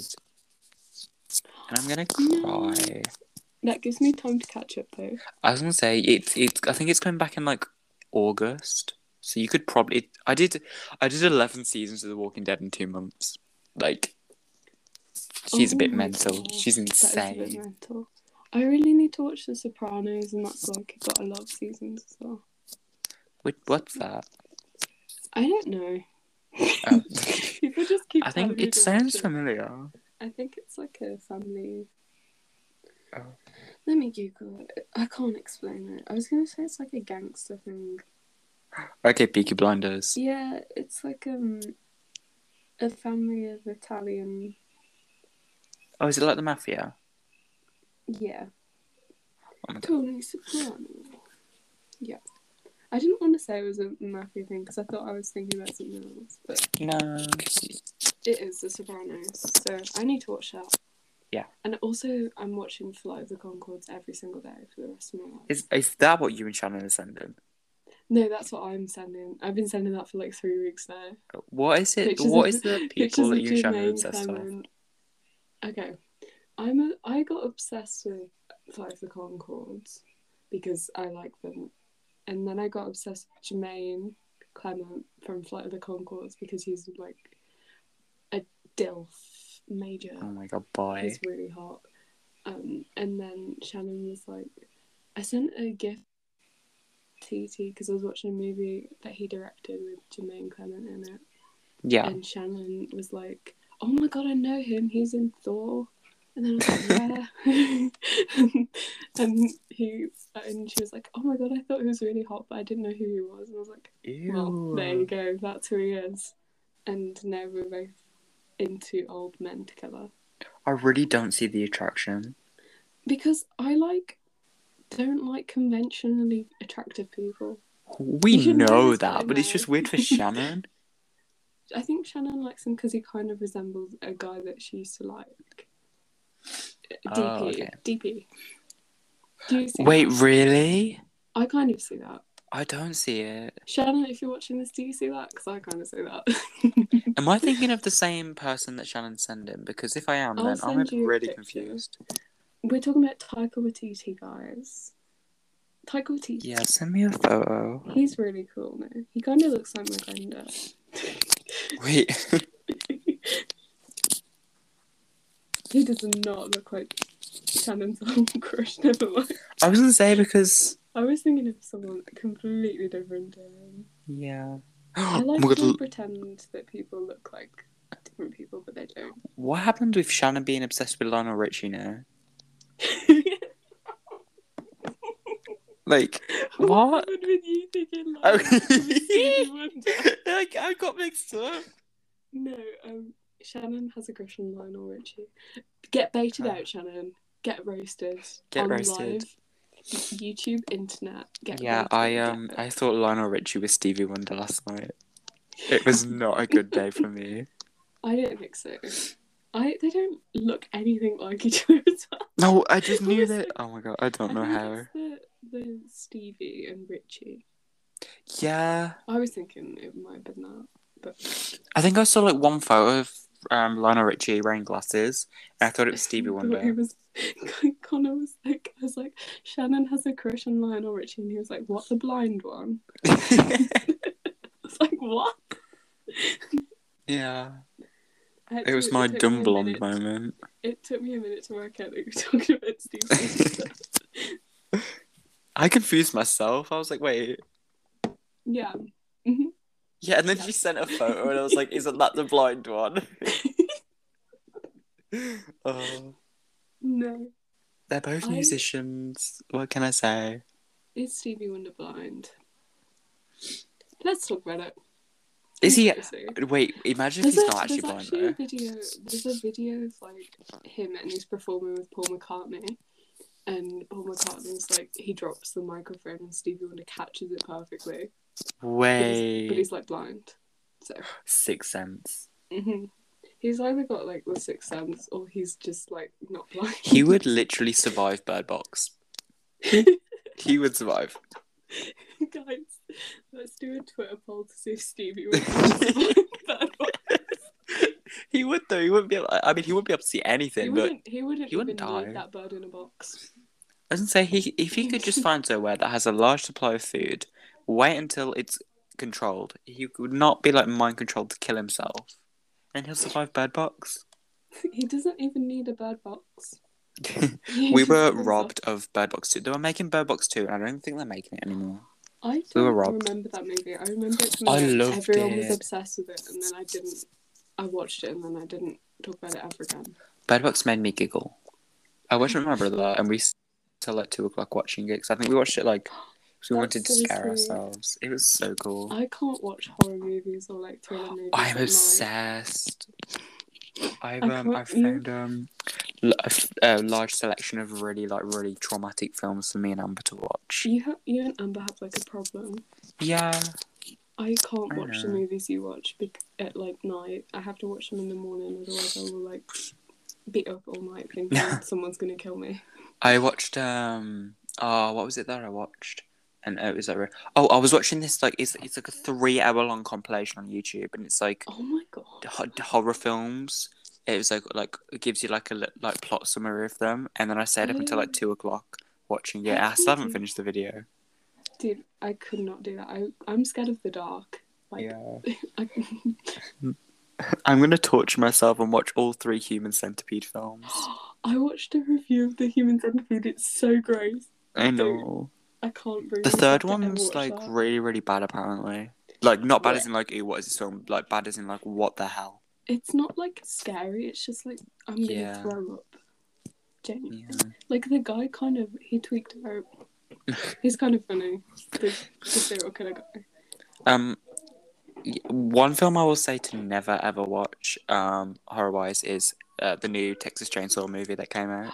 Speaker 2: And I'm gonna
Speaker 1: No.
Speaker 2: cry.
Speaker 1: That gives me time to catch up though.
Speaker 2: I was gonna say it's it's. I think it's coming back in like August, so you could probably. I did, I did eleven seasons of The Walking Dead in two months. Like, she's a
Speaker 1: Oh
Speaker 2: bit
Speaker 1: my
Speaker 2: mental.
Speaker 1: God,
Speaker 2: She's
Speaker 1: That is a bit
Speaker 2: insane.
Speaker 1: mental. I really need to watch The Sopranos, and that's like got a lot of seasons as well.
Speaker 2: Wait, what's that?
Speaker 1: I don't know.
Speaker 2: Um,
Speaker 1: People just keep.
Speaker 2: I think
Speaker 1: telling me
Speaker 2: it
Speaker 1: to
Speaker 2: sounds
Speaker 1: watch it.
Speaker 2: familiar.
Speaker 1: I think it's like a family.
Speaker 2: Oh.
Speaker 1: Let me Google it. I can't explain it. I was gonna say it's like a gangster thing.
Speaker 2: Okay, Peaky Blinders.
Speaker 1: Yeah, it's like um a family of Italian.
Speaker 2: Oh, is it like the Mafia?
Speaker 1: Yeah.
Speaker 2: Oh my God.
Speaker 1: Tony Soprano. Yeah. I didn't want to say it was a mafia thing because I thought I was thinking about something else, but
Speaker 2: No.
Speaker 1: it is The Sopranos, so I need to watch that.
Speaker 2: Yeah.
Speaker 1: And also, I'm watching Flight of the Concords every single day for the rest of my life.
Speaker 2: Is is that what you and Shannon are sending?
Speaker 1: No, that's what I'm sending. I've been sending that for like three weeks now.
Speaker 2: What is it?
Speaker 1: Pictures
Speaker 2: what
Speaker 1: of-
Speaker 2: is the
Speaker 1: Pictures
Speaker 2: people
Speaker 1: of
Speaker 2: that you and Shannon are
Speaker 1: Jermaine
Speaker 2: obsessed with?
Speaker 1: Clement. Okay. I'm a, I got obsessed with Flight of the Concords because I like them. And then I got obsessed with Jermaine Clement from Flight of the Concords because he's like a DILF major.
Speaker 2: Oh my God, boy.
Speaker 1: He's really hot. Um, and then Shannon was like, I sent a gift to TT because I was watching a movie that he directed with Jermaine Clement in it.
Speaker 2: Yeah.
Speaker 1: And Shannon was like, "Oh my god, I know him. He's in Thor." And then I was like, "Yeah." and he and she was like, "Oh my god, I thought he was really hot, but I didn't know who he was." And I was like, "Well, there you
Speaker 2: Ew.
Speaker 1: go. That's who he is." And now we're both into old men together
Speaker 2: I really don't see the attraction.
Speaker 1: because I like don't like conventionally attractive people.
Speaker 2: We
Speaker 1: You should know
Speaker 2: know
Speaker 1: this by
Speaker 2: that, but it's
Speaker 1: now.
Speaker 2: just weird for Shannon.
Speaker 1: I think Shannon likes him because he kind of resembles a guy that she used to like. DP.
Speaker 2: Oh, okay.
Speaker 1: DP. Do you see
Speaker 2: Wait,
Speaker 1: that?
Speaker 2: really?
Speaker 1: I kind of see that.
Speaker 2: I don't see it.
Speaker 1: Shannon, if you're watching this, do you see that? Because I kind of see that.
Speaker 2: Am I thinking of the same person that Shannon sent him? Because if I am,
Speaker 1: I'll
Speaker 2: then I'm
Speaker 1: send you a
Speaker 2: really
Speaker 1: picture.
Speaker 2: confused.
Speaker 1: We're talking about Taika Waititi, guys. Taika Waititi.
Speaker 2: Yeah, send me a photo.
Speaker 1: He's really cool now. He kind of looks like my uh, granddad.
Speaker 2: Wait,
Speaker 1: He does not look like Shannon's own crush, never mind.
Speaker 2: I was gonna say because
Speaker 1: I was thinking of someone completely different to him.
Speaker 2: yeah.
Speaker 1: I
Speaker 2: Oh my
Speaker 1: like
Speaker 2: God,
Speaker 1: to
Speaker 2: l-
Speaker 1: pretend that people look like different people, but they don't.
Speaker 2: what happened with Shannon being obsessed with Lionel Richie now? Like What?
Speaker 1: happened with you thinking
Speaker 2: Oh.
Speaker 1: like? Stevie Wonder?
Speaker 2: like I got mixed up.
Speaker 1: no, um, Shannon has a crush on Lionel Richie. Get baited
Speaker 2: Oh.
Speaker 1: out, Shannon. Get roasted.
Speaker 2: Get
Speaker 1: on
Speaker 2: roasted.
Speaker 1: Live. YouTube, internet. Get
Speaker 2: Yeah,
Speaker 1: roasted,
Speaker 2: I
Speaker 1: get
Speaker 2: um I
Speaker 1: baited.
Speaker 2: thought Lionel Richie was Stevie Wonder last night. It was not a good day for me.
Speaker 1: I don't think so. I they don't look anything like each other at all.
Speaker 2: No, I just knew
Speaker 1: Honestly.
Speaker 2: that. Oh my god, I don't know
Speaker 1: I think
Speaker 2: how.
Speaker 1: it's The, the Stevie and Richie.
Speaker 2: Yeah,
Speaker 1: I was thinking it might have been that, but
Speaker 2: I think I saw like one photo of um Lionel Richie wearing glasses, and I thought it was Stevie
Speaker 1: But he
Speaker 2: Wonder.
Speaker 1: was Connor was like, I was like, Shannon has a crush on Lionel Richie, and he was like, "What the blind one?" I was like, "What?"
Speaker 2: yeah,
Speaker 1: I
Speaker 2: it was
Speaker 1: actually-
Speaker 2: my
Speaker 1: took me
Speaker 2: dumb
Speaker 1: a
Speaker 2: blonde
Speaker 1: minute-
Speaker 2: moment.
Speaker 1: It took me a minute to work out that you were talking about Stevie. Wonder.
Speaker 2: I confused myself. I was like, wait.
Speaker 1: yeah.
Speaker 2: Yeah, and then she sent a photo, and I was like, isn't that the blind one? oh,
Speaker 1: No,
Speaker 2: they're both
Speaker 1: I-
Speaker 2: musicians. What can I say?
Speaker 1: is Stevie Wonder blind? Let's talk about it.
Speaker 2: Is he?
Speaker 1: Conspiracy.
Speaker 2: Wait, imagine if
Speaker 1: There's,
Speaker 2: he's
Speaker 1: a,
Speaker 2: not actually
Speaker 1: there's actually a
Speaker 2: blind though.
Speaker 1: video. There's a video of like him and he's performing with Paul McCartney, and Paul McCartney's like he drops the microphone and Stevie Wonder catches it perfectly, but
Speaker 2: Way
Speaker 1: he's like blind. So
Speaker 2: six cents.
Speaker 1: hmm he's either got like the sixth sense or he's just like not blind.
Speaker 2: He would literally survive Bird Box. He would survive.
Speaker 1: Guys, let's do a Twitter poll to see if Stevie Wonder is blind.
Speaker 2: He would though. He wouldn't be. Able, I mean, he wouldn't be able to see
Speaker 1: He
Speaker 2: anything. But
Speaker 1: wouldn't. He wouldn't,
Speaker 2: he wouldn't
Speaker 1: even
Speaker 2: die.
Speaker 1: need that bird in a box.
Speaker 2: I was gonna say he if he could just find somewhere that has a large supply of food, wait until it's controlled. He would not be like mind controlled to kill himself, and he'll survive Bird Box.
Speaker 1: He doesn't even need a bird box.
Speaker 2: we were robbed of Bird Box Two. They were making Bird Box Two, and I don't think they're making it anymore.
Speaker 1: I
Speaker 2: We
Speaker 1: don't
Speaker 2: were robbed.
Speaker 1: remember that movie. I remember it from
Speaker 2: I
Speaker 1: like,
Speaker 2: loved
Speaker 1: everyone was
Speaker 2: it.
Speaker 1: obsessed with it, and then I didn't. I watched it, and then I didn't talk about it ever again.
Speaker 2: Bird Box made me giggle. I watched it with my brother, and we s- till like two o'clock watching it. 'cause I think we watched it like 'cause we
Speaker 1: That's
Speaker 2: wanted to
Speaker 1: so
Speaker 2: scare
Speaker 1: sweet.
Speaker 2: ourselves. It was so cool.
Speaker 1: I can't watch horror movies or like thriller movies.
Speaker 2: I'm
Speaker 1: at night.
Speaker 2: obsessed. I've
Speaker 1: I
Speaker 2: um,
Speaker 1: can't-
Speaker 2: I've
Speaker 1: you-
Speaker 2: found um, l- a f- a large selection of really like really traumatic films for me and Amber to watch.
Speaker 1: You have you and Amber have like a problem.
Speaker 2: Yeah,
Speaker 1: I can't
Speaker 2: I
Speaker 1: watch the
Speaker 2: know.
Speaker 1: movies you watch bec- at like night. I have to watch them in the morning, otherwise I will like beat up all night thinking someone's gonna kill me.
Speaker 2: I watched um, oh, what was it that I watched? And uh, it was that re- oh, I was watching this like it's it's like a three hour long compilation on YouTube, and it's like
Speaker 1: Oh my god.
Speaker 2: ho- horror films. It was like like it gives you like a li- like plot summary of them, and then I stayed up until like two o'clock watching it. I still haven't finished the video.
Speaker 1: Dude, I could not do that. I I'm scared of the dark. Like I,
Speaker 2: I'm gonna torture myself and watch all three Human Centipede films.
Speaker 1: I watched a review of the human centipede. It's so gross.
Speaker 2: I know
Speaker 1: I can't bring
Speaker 2: the
Speaker 1: myself
Speaker 2: third
Speaker 1: to ever
Speaker 2: one's
Speaker 1: watch
Speaker 2: like
Speaker 1: that.
Speaker 2: really really bad apparently. Like not bad
Speaker 1: Yeah.
Speaker 2: as in like ew, what is this film? Like bad as in like what the hell?
Speaker 1: it's not like scary. It's just like I'm gonna
Speaker 2: Yeah.
Speaker 1: throw up. Genuinely.
Speaker 2: Yeah.
Speaker 1: Like the guy kind of he tweaked out. He's kind of funny. The, the serial killer guy.
Speaker 2: Um, y- one film I will say to never ever watch, um, horror wise, is uh, the new Texas Chainsaw movie that came out.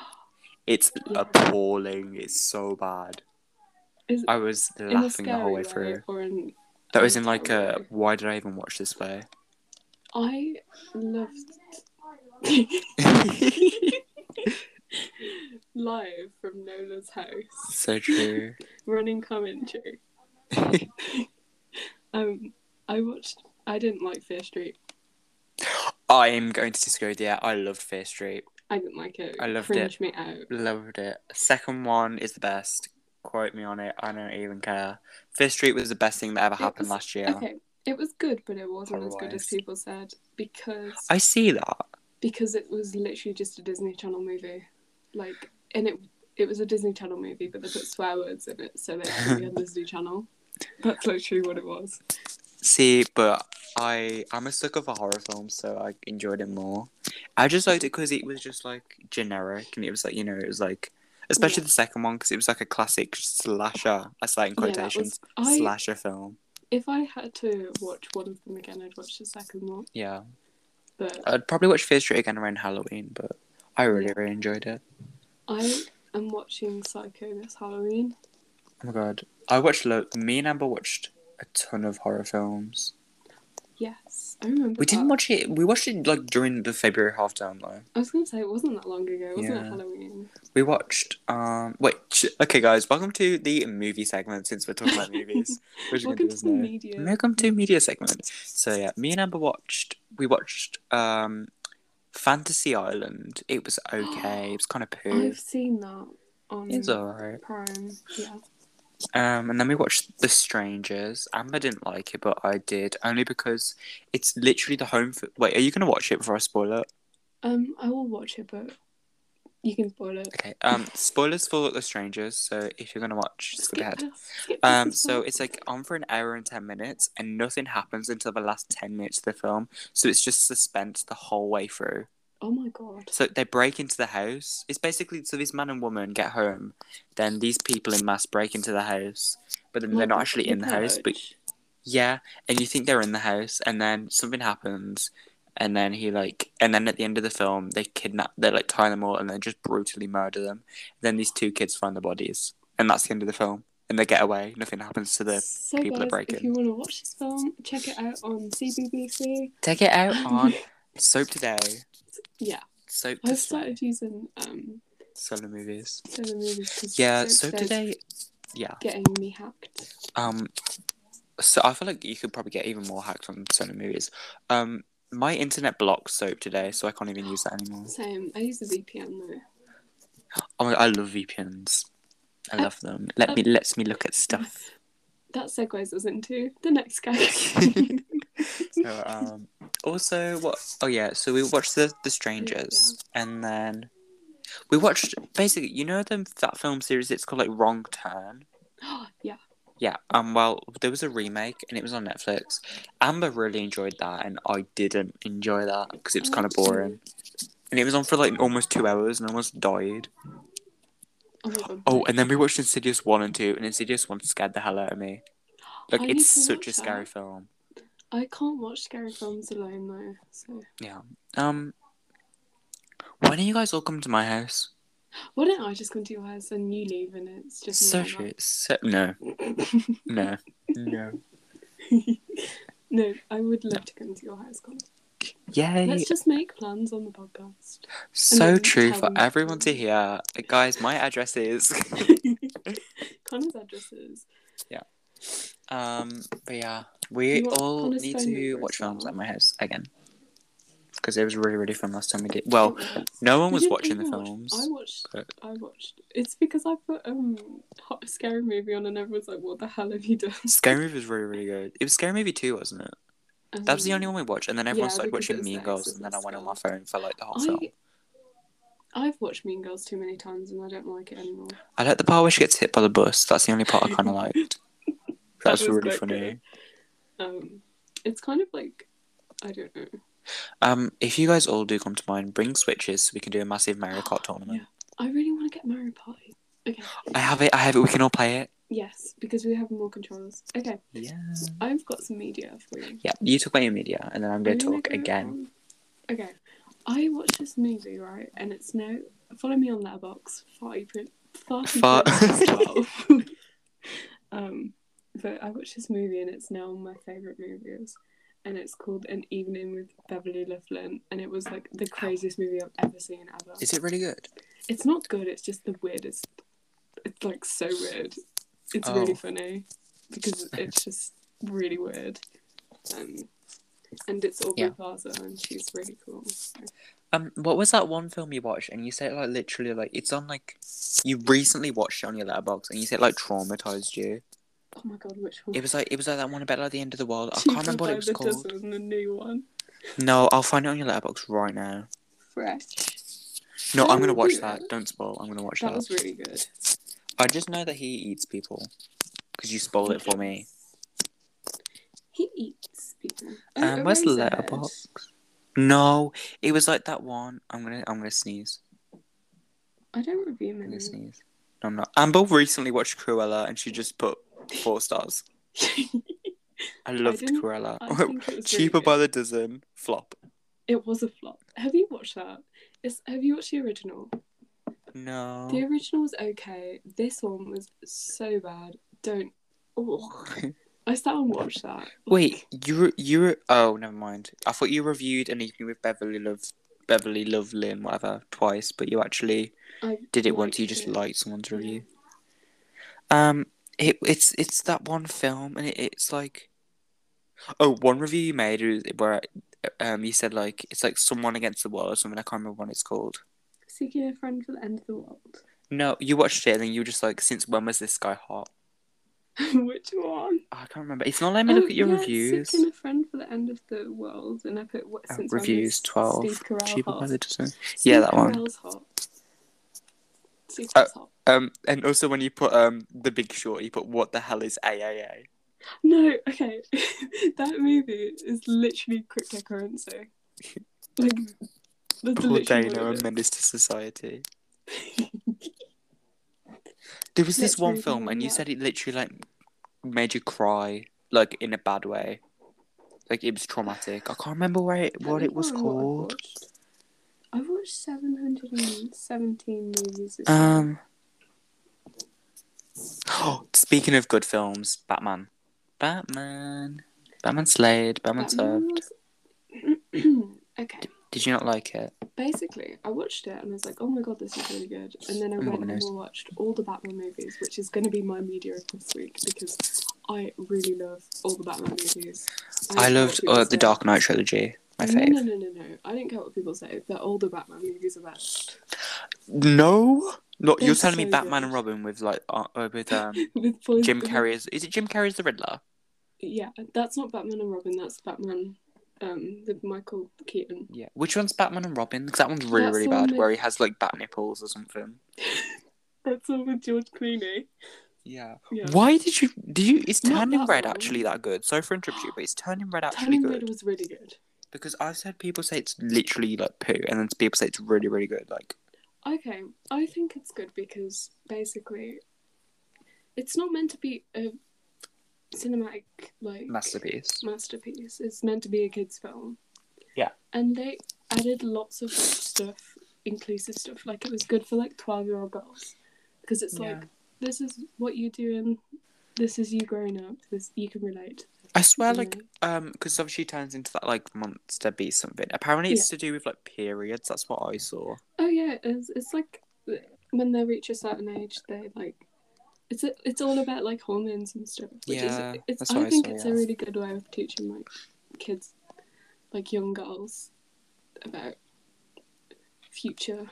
Speaker 2: It's
Speaker 1: Yeah.
Speaker 2: appalling. It's so bad.
Speaker 1: Is-
Speaker 2: I was
Speaker 1: in a
Speaker 2: laughing the whole way
Speaker 1: scary
Speaker 2: through.
Speaker 1: Or in,
Speaker 2: That was in like
Speaker 1: scary
Speaker 2: a
Speaker 1: way.
Speaker 2: why did I even watch this play?
Speaker 1: I loved live from Nola's house,
Speaker 2: so true.
Speaker 1: running commentary. Um, I watched. I didn't like Fear Street.
Speaker 2: I am going to disco. Yeah, I loved Fear Street.
Speaker 1: I didn't like it.
Speaker 2: I loved
Speaker 1: Cringed me out.
Speaker 2: Loved it. Second one is the best. Quote me on it. I don't even care. Fear Street was the best thing that ever
Speaker 1: It
Speaker 2: happened
Speaker 1: was-
Speaker 2: last year.
Speaker 1: Okay, it was good, but it wasn't as good as
Speaker 2: Horror-wise.
Speaker 1: people said because
Speaker 2: I see that.
Speaker 1: because it was literally just a Disney Channel movie, like, and it it was a Disney Channel movie, but they put swear words in it, so they actually had Disney Channel. That's literally what it was.
Speaker 2: See, but I I'm a sucker for horror films, so I enjoyed it more. I just liked it because it was just like generic, and it was like you know it was like especially the second one because it was like a classic slasher. I say that in
Speaker 1: Yeah, that
Speaker 2: quotations
Speaker 1: was- I-
Speaker 2: slasher film.
Speaker 1: If I had to watch one of them again, I'd watch the second one.
Speaker 2: Yeah,
Speaker 1: But
Speaker 2: I'd probably watch Fear Street again around Halloween, but I really
Speaker 1: Yeah.
Speaker 2: really enjoyed it.
Speaker 1: I am watching Psycho this Halloween.
Speaker 2: Oh my god, I watched lo- me and Amber watched a ton of horror films.
Speaker 1: Yes, I remember.
Speaker 2: We didn't
Speaker 1: that.
Speaker 2: watch it. We watched it like during the February half term though.
Speaker 1: I was gonna say it wasn't that long ago, wasn't it?
Speaker 2: Yeah.
Speaker 1: Halloween.
Speaker 2: We watched. Um, wait. Sh- okay, guys, welcome to the movie segment. Since we're talking about movies, which we're
Speaker 1: Welcome
Speaker 2: gonna do
Speaker 1: to the
Speaker 2: now.
Speaker 1: media.
Speaker 2: Welcome to media segment. So yeah, me and Amber watched. We watched um, Fantasy Island. It was okay. it was kind of poo.
Speaker 1: I've seen that on
Speaker 2: It's alright.
Speaker 1: Prime. Yeah,
Speaker 2: Um, and then we watched The Strangers. Amber didn't like it, but I did only because it's literally the home. For- wait, are you gonna watch it before I spoil it?
Speaker 1: um, I will watch it, but you can spoil it.
Speaker 2: Okay. Um, spoilers for The Strangers. So if you're gonna watch, skip ahead.
Speaker 1: past- skip past
Speaker 2: Um,
Speaker 1: this
Speaker 2: so
Speaker 1: one.
Speaker 2: it's like on for an hour and ten minutes, and nothing happens until the last ten minutes of the film. So it's just suspense the whole way through.
Speaker 1: oh my god,
Speaker 2: So they break into the house. It's basically so this man and woman get home, then these people in mass break into the house, but then they're
Speaker 1: Like
Speaker 2: not actually in the house. But
Speaker 1: Purge.
Speaker 2: yeah, and you think they're in the house, and then something happens, and then he like, and then at the end of the film, they kidnap, they like tie them all, and they just brutally murder them. Then these two kids find the bodies, and that's the end of the film. And they get away. Nothing happens to the
Speaker 1: so
Speaker 2: people that
Speaker 1: guys,
Speaker 2: break
Speaker 1: if
Speaker 2: in.
Speaker 1: you want to watch this film, check it out on CBBC.
Speaker 2: Take it out on Soap Today.
Speaker 1: Yeah,
Speaker 2: Soap
Speaker 1: I've
Speaker 2: Today.
Speaker 1: started using um
Speaker 2: Solo movies.
Speaker 1: solo movies. 'cause
Speaker 2: Yeah,
Speaker 1: Soap
Speaker 2: Soap
Speaker 1: Day's
Speaker 2: Today. Yeah.
Speaker 1: getting me hacked.
Speaker 2: Um. So I feel like you could probably get even more hacked on Solo movies. Um. My internet blocked Soap Today, so I can't even use that anymore.
Speaker 1: Same. I use the VPN though.
Speaker 2: Oh my God, I love VPNs. I
Speaker 1: Uh,
Speaker 2: love them. Let me lets me look at stuff.
Speaker 1: That segues us into the next guy.
Speaker 2: So, um. Also, what? Oh yeah. So we watched the The Strangers, and then we watched basically. You know them that film series. It's called like Wrong Turn.
Speaker 1: yeah,
Speaker 2: Yeah, um, well, there was a remake and it was on Netflix. Amber really enjoyed that, and I didn't enjoy that because it was kind of boring. And it was on for like almost two hours and I almost died.
Speaker 1: Oh, my God.
Speaker 2: Oh, and then we watched Insidious 1 and 2, and Insidious 1 scared the hell out of me. Like,
Speaker 1: I need
Speaker 2: it's
Speaker 1: to
Speaker 2: such a
Speaker 1: watch
Speaker 2: scary
Speaker 1: that.
Speaker 2: film.
Speaker 1: I can't watch scary films alone though. So
Speaker 2: Yeah. Um, why don't you guys all come to my house?
Speaker 1: why don't I just come to your house and you leave and it's just me
Speaker 2: So
Speaker 1: and
Speaker 2: true. So, no,
Speaker 1: Emma?
Speaker 2: no, no.
Speaker 1: no, I would love to come to your house. Connor.
Speaker 2: Yay.
Speaker 1: Let's just make plans on the podcast.
Speaker 2: So
Speaker 1: then
Speaker 2: true
Speaker 1: tell
Speaker 2: for
Speaker 1: them.
Speaker 2: everyone to hear. Guys, my address is.
Speaker 1: Connor's addresses.
Speaker 2: Um, but yeah, we
Speaker 1: You want
Speaker 2: all
Speaker 1: Connor's
Speaker 2: need
Speaker 1: phone
Speaker 2: to
Speaker 1: number
Speaker 2: watch
Speaker 1: as well?
Speaker 2: films at my house again because it was really, really fun last time we did. Well, no
Speaker 1: We
Speaker 2: one was
Speaker 1: didn't
Speaker 2: watching the
Speaker 1: even watch-
Speaker 2: films.
Speaker 1: I watched.
Speaker 2: but-
Speaker 1: I watched. It's because I put um hot scary movie on and everyone's like, "What the hell have you done?"
Speaker 2: Scary Movie was really, really good. It was Scary Movie 2, wasn't it?
Speaker 1: Um,
Speaker 2: That was the only one we watched, and then everyone
Speaker 1: Mm. yeah,
Speaker 2: started
Speaker 1: because it
Speaker 2: watching
Speaker 1: was
Speaker 2: Mean
Speaker 1: the
Speaker 2: Girls,
Speaker 1: Exorcist
Speaker 2: and then I went on my
Speaker 1: stuff.
Speaker 2: phone for like the whole film.
Speaker 1: I. I've watched Mean Girls too many times and I don't like it anymore.
Speaker 2: I like the part where she gets hit by the bus. That's the only part I kind of liked.
Speaker 1: That
Speaker 2: That was
Speaker 1: was
Speaker 2: really
Speaker 1: quite
Speaker 2: funny.
Speaker 1: good. Um, it's kind of like I don't know.
Speaker 2: Um, if you guys all do come to mine, bring switches so we can do a massive Mario Kart tournament.
Speaker 1: I really want to get Mario Party. Okay.
Speaker 2: I have it. I have it. We can all play it.
Speaker 1: Yes, because we have more controllers. Okay,
Speaker 2: Yeah.
Speaker 1: I've got some media for you.
Speaker 2: Yeah. You talk about your media, and then I'm going to
Speaker 1: I'm gonna
Speaker 2: talk
Speaker 1: go
Speaker 2: again.
Speaker 1: on- Okay, I watched this movie right, and it's now follow me on Letterbox. Farty print. Farty
Speaker 2: Fart-
Speaker 1: Princess 12. So Um, I watched this movie and it's now one of my favourite movies. And it's called An Evening with Beverly Loughlin. And it was like the craziest movie I've ever seen ever.
Speaker 2: Is it really good?
Speaker 1: It's not good, it's just the weirdest. It's like so weird. It's really
Speaker 2: Oh.
Speaker 1: funny because it's just really weird. Um, and it's Aubrey
Speaker 2: Yeah.
Speaker 1: Plaza and she's really cool. So-
Speaker 2: Um, what was that one film you watched? And you said like literally like it's on like you recently watched it on your letterbox, and you said like traumatized you.
Speaker 1: Oh my god, which one?
Speaker 2: It was like it was like that one about like the end of the world. I can't remember what it was called.
Speaker 1: Dozen, the new one.
Speaker 2: No, I'll find it on your letterbox right now.
Speaker 1: Fresh.
Speaker 2: No, I'm gonna
Speaker 1: Oh,
Speaker 2: watch
Speaker 1: yeah.
Speaker 2: that. Don't spoil. I'm gonna watch that.
Speaker 1: That was really good.
Speaker 2: I just know that he eats people because you spoiled it for me.
Speaker 1: He eats people. Oh,
Speaker 2: Um, where's the
Speaker 1: Eraserhead.
Speaker 2: letterbox? No, it was like that one. I'm gonna I'm gonna sneeze.
Speaker 1: I don't review
Speaker 2: I'm
Speaker 1: many.
Speaker 2: gonna sneeze. No, I'm not. Amber recently watched Cruella and she just put four stars. I loved
Speaker 1: didn't-
Speaker 2: Cruella.
Speaker 1: I think it was really
Speaker 2: Cheaper
Speaker 1: good.
Speaker 2: by the dozen. Flop.
Speaker 1: It was a flop. Have you watched that? It's, have you watched the original?
Speaker 2: No.
Speaker 1: The original was okay. This one was so bad. Don't. Oh, I sat and watched that.
Speaker 2: Wait, you re- you re- oh never mind. I thought you reviewed an evening with Beverly Love Beverly Lovelin whatever twice, but you actually
Speaker 1: I
Speaker 2: did it
Speaker 1: liked
Speaker 2: once. You just
Speaker 1: it.
Speaker 2: liked someone's
Speaker 1: Yeah.
Speaker 2: review. Um, it it's it's that one film, and it, it's like, oh, one review you made is where um you said like it's like someone against the world or something. I can't remember what it's called.
Speaker 1: Seeking a friend for the end of the world.
Speaker 2: No, you watched it, and then you were just like, since when was this guy hot?
Speaker 1: Which one?
Speaker 2: Oh, I can't remember. It's not letting me look
Speaker 1: Oh,
Speaker 2: at your
Speaker 1: yeah,
Speaker 2: reviews.
Speaker 1: Seeking a friend for the end of the world, and I put what
Speaker 2: Uh,
Speaker 1: since when
Speaker 2: reviews
Speaker 1: was
Speaker 2: twelve.
Speaker 1: Steve Carell
Speaker 2: Cheaper
Speaker 1: hot?
Speaker 2: by the dozen.
Speaker 1: Steve
Speaker 2: Yeah, that one.
Speaker 1: Carell's hot. Steve
Speaker 2: Uh,
Speaker 1: Carell's hot.
Speaker 2: Um, and also when you put um the Big Short, you put what the hell is AAA?
Speaker 1: No, okay. that movie is literally cryptocurrency. Like, that's
Speaker 2: Paul
Speaker 1: literally
Speaker 2: Dano,
Speaker 1: what
Speaker 2: a
Speaker 1: it
Speaker 2: menace to society. There was this
Speaker 1: Let's
Speaker 2: one
Speaker 1: move
Speaker 2: film,
Speaker 1: on,
Speaker 2: and you
Speaker 1: yeah.
Speaker 2: said it literally like made you cry, like in a bad way, like it was traumatic. I can't remember where it,
Speaker 1: is.
Speaker 2: what
Speaker 1: I
Speaker 2: it was
Speaker 1: can't remember Oh, what
Speaker 2: called.
Speaker 1: I've watched. I've watched 717 movies this year.
Speaker 2: Um. speaking of good films, Batman, Batman, Batman Slade, Batman
Speaker 1: Batman
Speaker 2: Served.
Speaker 1: was- okay,
Speaker 2: Did you not like it?
Speaker 1: basically, I watched it and I was like, oh my god, this is really good. And then I
Speaker 2: I'm not
Speaker 1: went and
Speaker 2: amazed.
Speaker 1: watched all the Batman movies, which is going to be my media of this week because I really love all the Batman movies.
Speaker 2: I
Speaker 1: don't care
Speaker 2: loved
Speaker 1: what people
Speaker 2: uh, the
Speaker 1: say.
Speaker 2: Dark Knight trilogy. My
Speaker 1: no,
Speaker 2: fave.
Speaker 1: no, no, no, no. I don't care what people say. The older Batman movies are best.
Speaker 2: No, not you're
Speaker 1: They're
Speaker 2: telling me
Speaker 1: so
Speaker 2: Batman
Speaker 1: good.
Speaker 2: and Robin with like uh, uh, with um
Speaker 1: With boys-
Speaker 2: Jim Carrey's. Is it Jim Carrey's the Riddler?
Speaker 1: Yeah, that's not Batman and Robin. That's Batman um, with Michael Keaton.
Speaker 2: Yeah. Which one's Batman and Robin? Because that one's really
Speaker 1: That's
Speaker 2: really
Speaker 1: the one
Speaker 2: bad,
Speaker 1: with-
Speaker 2: where he has like bat nipples or something.
Speaker 1: That's all with George Clooney.
Speaker 2: Yeah.
Speaker 1: Yeah.
Speaker 2: Why did you did you? Is
Speaker 1: Not
Speaker 2: Turning
Speaker 1: that
Speaker 2: Red
Speaker 1: one.
Speaker 2: actually that good? Sorry for interrupting you, but is Turning Red actually
Speaker 1: Turning
Speaker 2: good?
Speaker 1: Red was really good.
Speaker 2: Because I've said people say it's literally like poo, and then people say it's really really good. Like
Speaker 1: Okay, I think it's good because basically, it's not meant to be a cinematic like
Speaker 2: masterpiece.
Speaker 1: masterpiece. It's meant to be a kids' film.
Speaker 2: Yeah.
Speaker 1: And they added lots of stuff, inclusive stuff. Like it was good for like twelve-year-old girls, because it's like
Speaker 2: Yeah.
Speaker 1: this is what you're doing, this is you growing up. This you can relate.
Speaker 2: I swear,
Speaker 1: you
Speaker 2: like
Speaker 1: know?
Speaker 2: um, because obviously turns into that like monster beast something. Apparently, it's to do with like periods. That's what I saw.
Speaker 1: Oh yeah, it's it's like when they reach a certain age, they like it's it's all about like hormones and stuff. Which
Speaker 2: Yeah,
Speaker 1: is, it's
Speaker 2: that's
Speaker 1: I
Speaker 2: what I
Speaker 1: think
Speaker 2: saw,
Speaker 1: it's
Speaker 2: yeah.
Speaker 1: a really good way of teaching like kids, like young girls, about future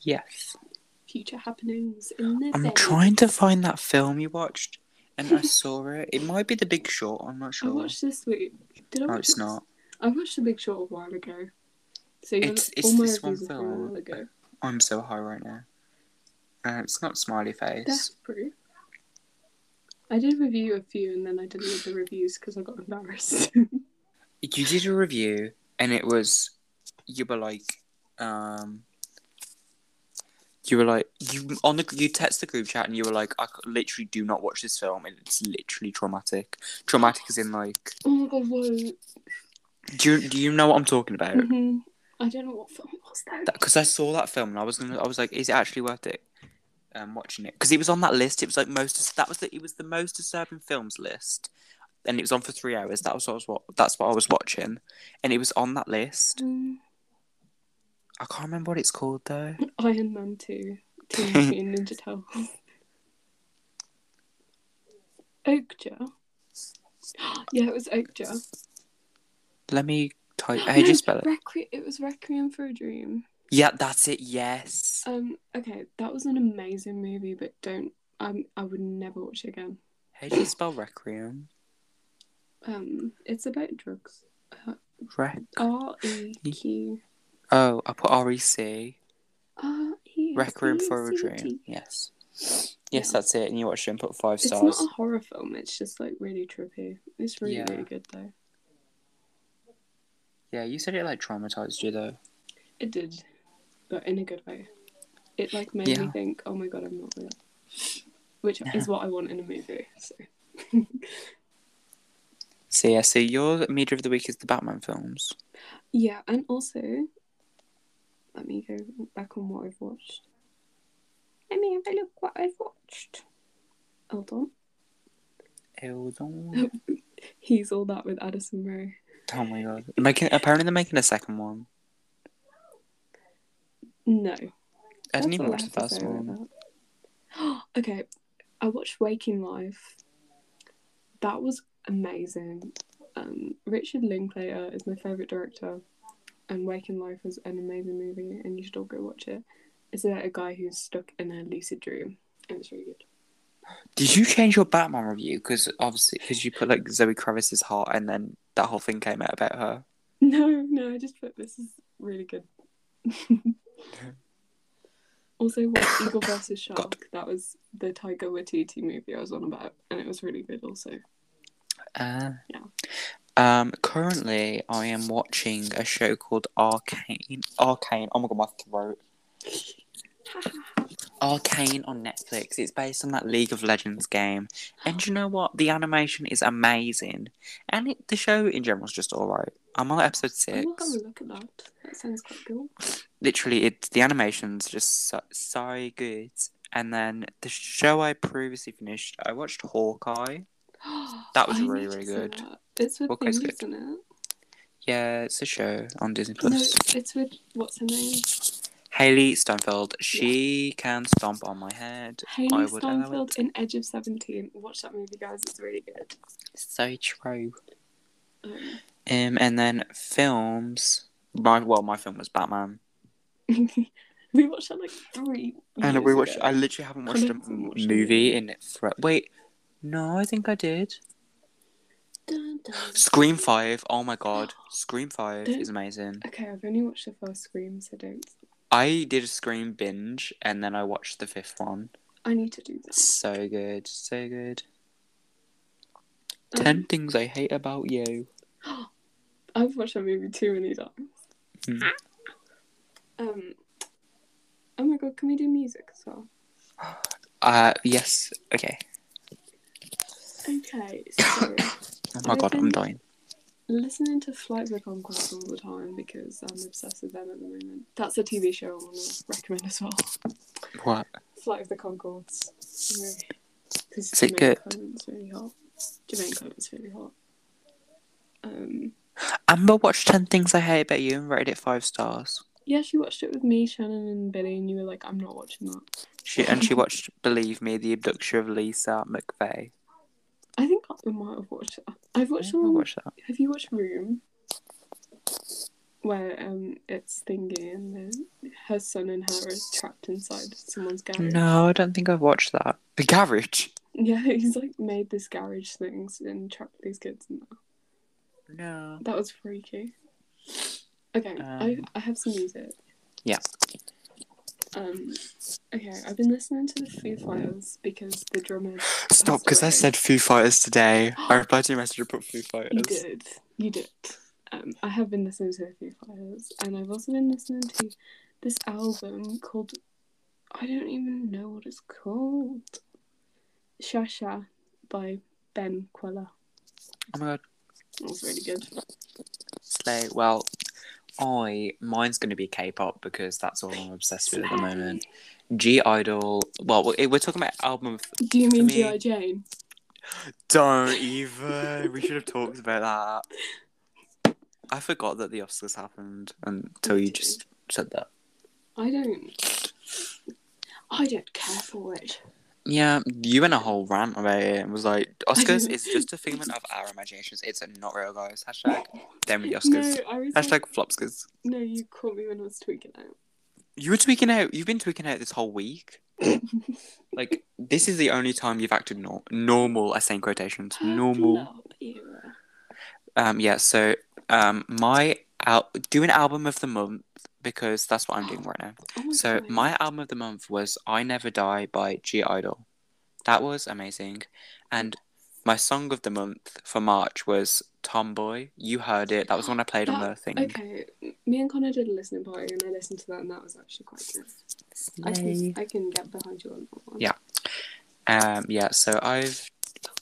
Speaker 2: Yes.
Speaker 1: future happenings in their
Speaker 2: I'm
Speaker 1: belly.
Speaker 2: trying to find that film you watched, and I saw it. It might be The Big Short. I'm not
Speaker 1: I
Speaker 2: sure.
Speaker 1: watched this week. Did I?
Speaker 2: no,
Speaker 1: watch
Speaker 2: it's
Speaker 1: this?
Speaker 2: not.
Speaker 1: I watched The Big Short a while ago. So you're,
Speaker 2: It's- it's
Speaker 1: all my
Speaker 2: this one
Speaker 1: reviews are from a
Speaker 2: film.
Speaker 1: while ago.
Speaker 2: I'm so high right now. Uh, it's not Smiley
Speaker 1: Death
Speaker 2: Face.
Speaker 1: Proof. I did review a few and then I deleted the reviews because I got embarrassed.
Speaker 2: You did a review, and it was you were like, um, you were like you on the you text the group chat, and you were like, I c- literally do not watch this film. It's literally traumatic. Traumatic is in like,
Speaker 1: oh my god, whoa.
Speaker 2: do you, do you know what I'm talking about?
Speaker 1: hmm I don't know what film it was though.
Speaker 2: because I saw that film and I was gonna, I was like, is it actually worth it? um, watching it because he was on that list. It was like most that was the, it was the most disturbing films list, and it was on for three hours. That was what I was what that's what I was watching, and it was on that list.
Speaker 1: Um,
Speaker 2: I can't remember what it's called though.
Speaker 1: Iron Man 2, Teenage Mutant Ninja Turtles. Oakja. Yeah, it was Oakja.
Speaker 2: Let me type.
Speaker 1: No,
Speaker 2: How do you spell it?
Speaker 1: Requi- it was Requiem for a Dream.
Speaker 2: Yeah, that's it. Yes.
Speaker 1: Um, okay, that was an amazing movie, but don't. Um, I would never watch it again.
Speaker 2: How do you spell Requiem?
Speaker 1: Um, it's about drugs.
Speaker 2: Rec.
Speaker 1: R E Q.
Speaker 2: Oh, I put R E C.
Speaker 1: R E.
Speaker 2: Rec Room for a
Speaker 1: C
Speaker 2: Dream.
Speaker 1: T.
Speaker 2: Yes.
Speaker 1: Yeah.
Speaker 2: Yes, that's it. And you watched it and put five
Speaker 1: It's
Speaker 2: stars.
Speaker 1: not a horror film. It's just like really trippy. It's really
Speaker 2: Yeah.
Speaker 1: really good though.
Speaker 2: Yeah, you said it like traumatized you though.
Speaker 1: It did, but in a good way. It like made me
Speaker 2: Yeah.
Speaker 1: think, oh my god, I'm not real, which is what I want in a movie. So
Speaker 2: So yeah, so your media of the week is the Batman films.
Speaker 1: yeah, and also, let me go back on what I've watched. Let me have a look what I've watched. Hold on.
Speaker 2: Hold on.
Speaker 1: He's all that with Addison Rae.
Speaker 2: Oh my god. Making apparently they're making a second one.
Speaker 1: No,
Speaker 2: I didn't
Speaker 1: that's
Speaker 2: even
Speaker 1: all
Speaker 2: watch the
Speaker 1: have to
Speaker 2: first
Speaker 1: say about
Speaker 2: one.
Speaker 1: that. okay, I watched Waking Life. That was amazing. Um, Richard Linklater is my favorite director, and Waking Life is an amazing movie, and you should all go watch it. It's about a guy who's stuck in a lucid dream, and it's really good.
Speaker 2: Did you change your Batman review? Because obviously, because you put like Zoe Kravitz's heart, and then that whole thing came out about her.
Speaker 1: No, no, I just put this is really good. also, watch Eagle versus Shark.
Speaker 2: God.
Speaker 1: That was the Tiger Waititi movie I was on about, and it was really good. Also,
Speaker 2: Uh,
Speaker 1: Yeah.
Speaker 2: Um. Currently, I am watching a show called Arcane. Arcane. Oh my god, my throat. Arcane on Netflix. It's based on that League of Legends game, and do you know what? The animation is amazing, and it, the show in general is just alright. I'm on episode
Speaker 1: I
Speaker 2: six.
Speaker 1: will have a look at that. That sounds quite cool.
Speaker 2: literally it's the animation's just so, so good and then the show i previously finished i watched hawkeye That was
Speaker 1: I need to
Speaker 2: really, really
Speaker 1: see
Speaker 2: good.
Speaker 1: that. It's with
Speaker 2: Hawkeye's
Speaker 1: things,
Speaker 2: good.
Speaker 1: isn't it?
Speaker 2: yeah it's a show on disney
Speaker 1: No,
Speaker 2: plus
Speaker 1: it's with what's her name?
Speaker 2: haley steinfeld she can stomp on my head
Speaker 1: Haley
Speaker 2: would allow
Speaker 1: Steinfeld in Edge of Seventeen. Watch that movie, guys. It's really good.
Speaker 2: so true
Speaker 1: Um,
Speaker 2: um and then films my well my film was batman
Speaker 1: Um, we watched that like three.
Speaker 2: and
Speaker 1: years
Speaker 2: we watched
Speaker 1: ago.
Speaker 2: i literally haven't watched a
Speaker 1: Colin hasn't watched it
Speaker 2: movie
Speaker 1: yet.
Speaker 2: in thr wait no i think i did
Speaker 1: Dun, dun.
Speaker 2: scream 5 oh my god scream 5 is amazing
Speaker 1: Okay, I've only watched the first Scream, so don't.
Speaker 2: I did a Scream binge and then I watched the fifth one.
Speaker 1: I need to do that.
Speaker 2: So good, so good.
Speaker 1: Um,
Speaker 2: Ten things I hate about you.
Speaker 1: I've watched that movie too many times.
Speaker 2: Hmm.
Speaker 1: Um. Oh my god, can we do music as well?
Speaker 2: Uh, yes. Okay.
Speaker 1: Okay, so
Speaker 2: Oh my god, I'm dying.
Speaker 1: listening to Flight of the Conchords all the time because I'm obsessed with them at the moment. That's a TV show I want to recommend as well.
Speaker 2: What?
Speaker 1: Flight of the Concords. Because
Speaker 2: Is it
Speaker 1: Jermaine Clement's really hot. Jermaine Clement's really hot. Um,
Speaker 2: Amber watched Ten Things I Hate About You and rated it five stars.
Speaker 1: yeah, she watched it with me, Shannon, and Billy, and you were like, I'm not watching that.
Speaker 2: She and she watched Believe Me: The Abduction of Lisa McVeigh.
Speaker 1: I think I might have watched it. I've watched the
Speaker 2: I
Speaker 1: one.
Speaker 2: watched that.
Speaker 1: Have you watched Room? Where um, it's Thingy and then her son and her are trapped inside someone's garage.
Speaker 2: No, I don't think I've watched that. The Garage.
Speaker 1: Yeah, he's like made this garage things and trapped these kids in there.
Speaker 2: No.
Speaker 1: That was freaky. Okay, I,
Speaker 2: Um.
Speaker 1: I have some music.
Speaker 2: Yeah.
Speaker 1: Um, okay, I've been listening to the Foo Fighters because the drummer.
Speaker 2: Stop, because I
Speaker 1: Sorry.
Speaker 2: said Foo Fighters today. I replied to your message and put Foo Fighters.
Speaker 1: You did. You did. Um, I have been listening to the Foo Fighters, and I've also been listening to this album called. I don't even know what it's called. Shasha by Ben Quella.
Speaker 2: Oh my god.
Speaker 1: It was really good.
Speaker 2: Slay. Well, I mine's gonna be K-pop because that's all I'm obsessed with at the moment. G Idol. Well, we- we're talking about album. of-
Speaker 1: Do you mean
Speaker 2: me-
Speaker 1: G.I. Jane?
Speaker 2: Don't even. we should have talked about that. I forgot that the Oscars happened until you just said that.
Speaker 1: I don't. I don't care for it.
Speaker 2: Yeah, you went a whole rant about it and was like, Oscars is just a figment of our imaginations. It's not real, guys. Hashtag damn the Oscars.
Speaker 1: No, I was like,
Speaker 2: Hashtag Flopscars.
Speaker 1: no, you caught me when I was tweaking out.
Speaker 2: You were tweaking out. You've been tweaking out this whole week. like, this is the only time you've acted nor- normal, I say in quotations. Normal.
Speaker 1: Purple era.
Speaker 2: Um, yeah, so um, my al- do an album of the month because that's what I'm doing right now.
Speaker 1: Oh my
Speaker 2: So
Speaker 1: God.
Speaker 2: my album of the month was "I Never Die" by G Idol. That was amazing, and my song of the month for March was "Tomboy." You heard it. That was the one I played on the thing.
Speaker 1: Okay, me and Connor did a listening party, and I listened to that, and that was actually quite good. I can, I can get behind you on that one.
Speaker 2: Yeah. Um, yeah. So I've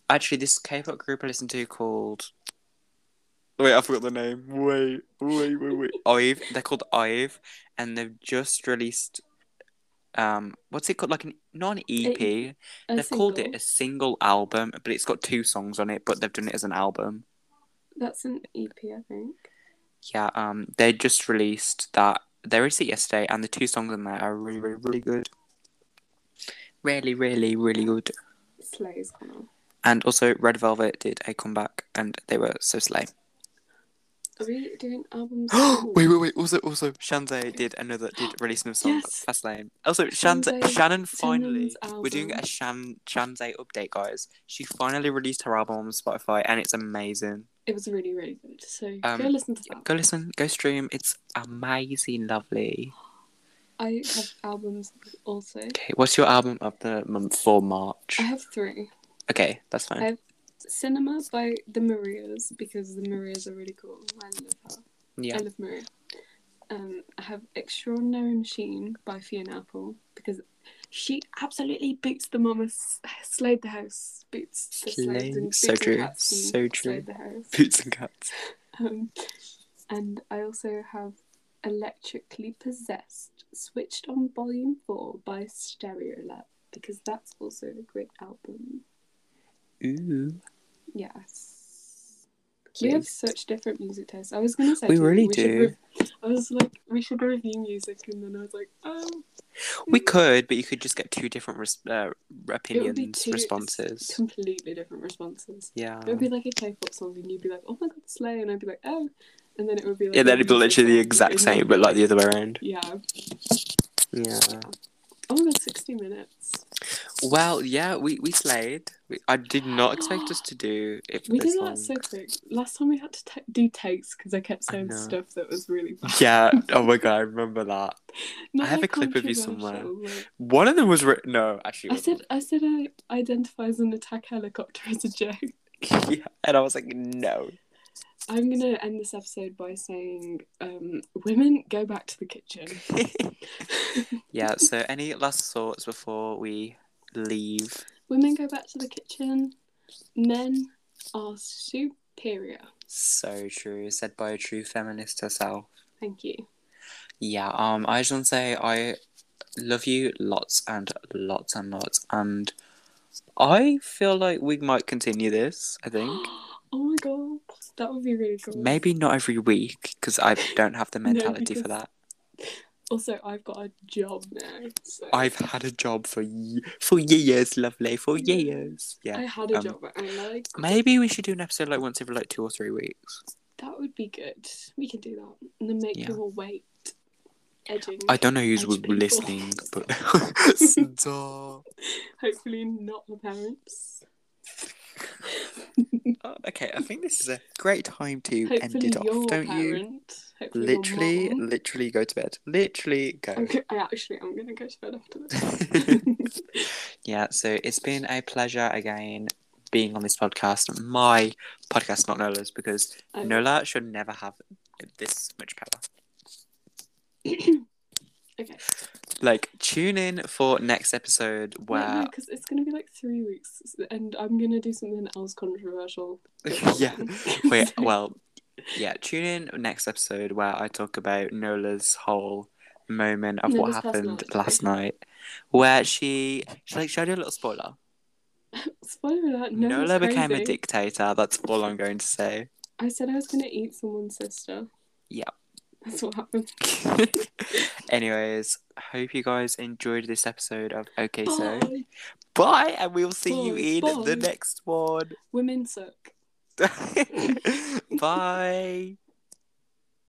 Speaker 2: actually this K-pop group I listened to called. Wait, I forgot the name. Wait, wait, wait, wait. IVE. They're called IVE, and they've just released. Um, what's it called? Like an not an EP.
Speaker 1: A
Speaker 2: they've called it
Speaker 1: single.
Speaker 2: a single album, but it's got two songs on it, but they've done it as an album.
Speaker 1: That's an EP, I think.
Speaker 2: Yeah, um, they just released that. They released it yesterday, and the two songs on there are really, really, really good. Really, really, really good.
Speaker 1: Slays Connor.
Speaker 2: And also, Red Velvet did a comeback, and they were so slay.
Speaker 1: Are we doing albums?
Speaker 2: wait, wait, wait. Also, also, Shanzae did another, did release another song.
Speaker 1: Yes.
Speaker 2: That's lame. Also, Shanzae,
Speaker 1: Shanzae
Speaker 2: Shannon finally,
Speaker 1: Timmins'
Speaker 2: we're doing a
Speaker 1: album.
Speaker 2: Shan Shanzae update, guys. She finally released her album on Spotify, and it's amazing.
Speaker 1: It was really, really good. So
Speaker 2: Um,
Speaker 1: go listen to that.
Speaker 2: Go listen, go stream. It's amazing, lovely.
Speaker 1: I have albums also.
Speaker 2: Okay, what's your album of the month for March?
Speaker 1: I have three.
Speaker 2: Okay, that's fine.
Speaker 1: Uh, I have Cinema by the Marias because the Marias are really cool. I love her.
Speaker 2: yeah,
Speaker 1: I love Maria. Um, I have Extraordinary Machine by Fiona Apple because she absolutely boots the mama, s- slayed the house, boots the
Speaker 2: Slay-
Speaker 1: slaves and boots
Speaker 2: so
Speaker 1: and
Speaker 2: true,
Speaker 1: cats and
Speaker 2: so true.
Speaker 1: slayed the house.
Speaker 2: Boots and Cats.
Speaker 1: Um, and I also have Electrically Possessed, Switched on Volume 4 by Stereolab because that's also a great album.
Speaker 2: Ooh,
Speaker 1: Yes. We have
Speaker 2: Yes.
Speaker 1: such different music tastes. I was gonna say
Speaker 2: We
Speaker 1: to you,
Speaker 2: really
Speaker 1: should
Speaker 2: do.
Speaker 1: rev- I was like, we should review music, and then I was like, oh,
Speaker 2: we could, but you could just get two different res- uh,
Speaker 1: it would
Speaker 2: opinions,
Speaker 1: be two
Speaker 2: responses.
Speaker 1: completely different responses.
Speaker 2: yeah.
Speaker 1: It would be like a K-pop song, and you'd be like, oh my god, Slay, and I'd be like, oh, and then it would be like,
Speaker 2: Yeah, that'd be
Speaker 1: another
Speaker 2: literally the
Speaker 1: song,
Speaker 2: exact
Speaker 1: and
Speaker 2: same,
Speaker 1: then-
Speaker 2: but like the other way around.
Speaker 1: yeah.
Speaker 2: Yeah.
Speaker 1: Oh my god, sixty minutes.
Speaker 2: Well, yeah, we we slayed. We, I did not expect us to do it for
Speaker 1: We
Speaker 2: this
Speaker 1: did
Speaker 2: long.
Speaker 1: that so quick. Last time we had to ta do takes because I kept
Speaker 2: I
Speaker 1: saying
Speaker 2: know.
Speaker 1: stuff that was really. Bad.
Speaker 2: Yeah. Oh my god, I remember that.
Speaker 1: Not,
Speaker 2: have
Speaker 1: like,
Speaker 2: a clip of you somewhere.
Speaker 1: controversial, like-
Speaker 2: One of them was re- no, actually. it
Speaker 1: I
Speaker 2: wasn't.
Speaker 1: said I said I identify as an attack helicopter as a joke.
Speaker 2: yeah, and I was like, no.
Speaker 1: I'm gonna end this episode by saying, um, women go back to the kitchen.
Speaker 2: yeah. So, any last thoughts before we leave?
Speaker 1: Women go back to the kitchen. Men are superior.
Speaker 2: So true, said by a true feminist herself.
Speaker 1: Thank you.
Speaker 2: Yeah. Um, I just want to say I love you lots and lots and lots, and I feel like we might continue this. I think
Speaker 1: oh my god, that would be really cool.
Speaker 2: maybe not every week because I don't have the
Speaker 1: No,
Speaker 2: mentality for
Speaker 1: because-
Speaker 2: that.
Speaker 1: Also, I've got a job now. So
Speaker 2: I've had a job for ye- for years, lovely, for
Speaker 1: Yeah.
Speaker 2: years. Yeah.
Speaker 1: I had a
Speaker 2: um,
Speaker 1: job, but I'm like,
Speaker 2: Maybe we should do an episode like once every like two or three weeks.
Speaker 1: that would be good. We can do that, and then make
Speaker 2: Yeah.
Speaker 1: you all wait. Edging.
Speaker 2: I don't know who's
Speaker 1: Edge people.
Speaker 2: listening, but Stop.
Speaker 1: Hopefully, not the parents.
Speaker 2: Uh, okay, I think this is a great time to end
Speaker 1: Hopefully,
Speaker 2: it
Speaker 1: your
Speaker 2: off, don't you?
Speaker 1: parent. Hopefully your
Speaker 2: Literally,
Speaker 1: mum.
Speaker 2: literally go to bed. Literally go.
Speaker 1: I'm go- I actually am gonna go to bed after this.
Speaker 2: Yeah, so it's been a pleasure again being on this podcast. My podcast, not Nola's, because
Speaker 1: Um,
Speaker 2: Nola should never have this much power.
Speaker 1: okay.
Speaker 2: Like, tune in for next episode where.
Speaker 1: because it's gonna be like three weeks, and I'm gonna do something else controversial.
Speaker 2: yeah. Wait, well, yeah, tune in next episode where I talk about Nola's whole moment of
Speaker 1: No,
Speaker 2: what
Speaker 1: just last
Speaker 2: happened
Speaker 1: night.
Speaker 2: last night, where she, she like, should I do a little spoiler?
Speaker 1: Spoiler alert, no,
Speaker 2: Nola
Speaker 1: it's crazy.
Speaker 2: became a dictator. That's all I'm going to say.
Speaker 1: I said I was going to eat someone's sister.
Speaker 2: Yeah.
Speaker 1: That's what happened.
Speaker 2: Anyways, hope you guys enjoyed this episode of Okay So.
Speaker 1: Bye.
Speaker 2: Bye, and we'll see you in
Speaker 1: Bye,
Speaker 2: the
Speaker 1: bye.
Speaker 2: next one.
Speaker 1: Women suck.
Speaker 2: Bye.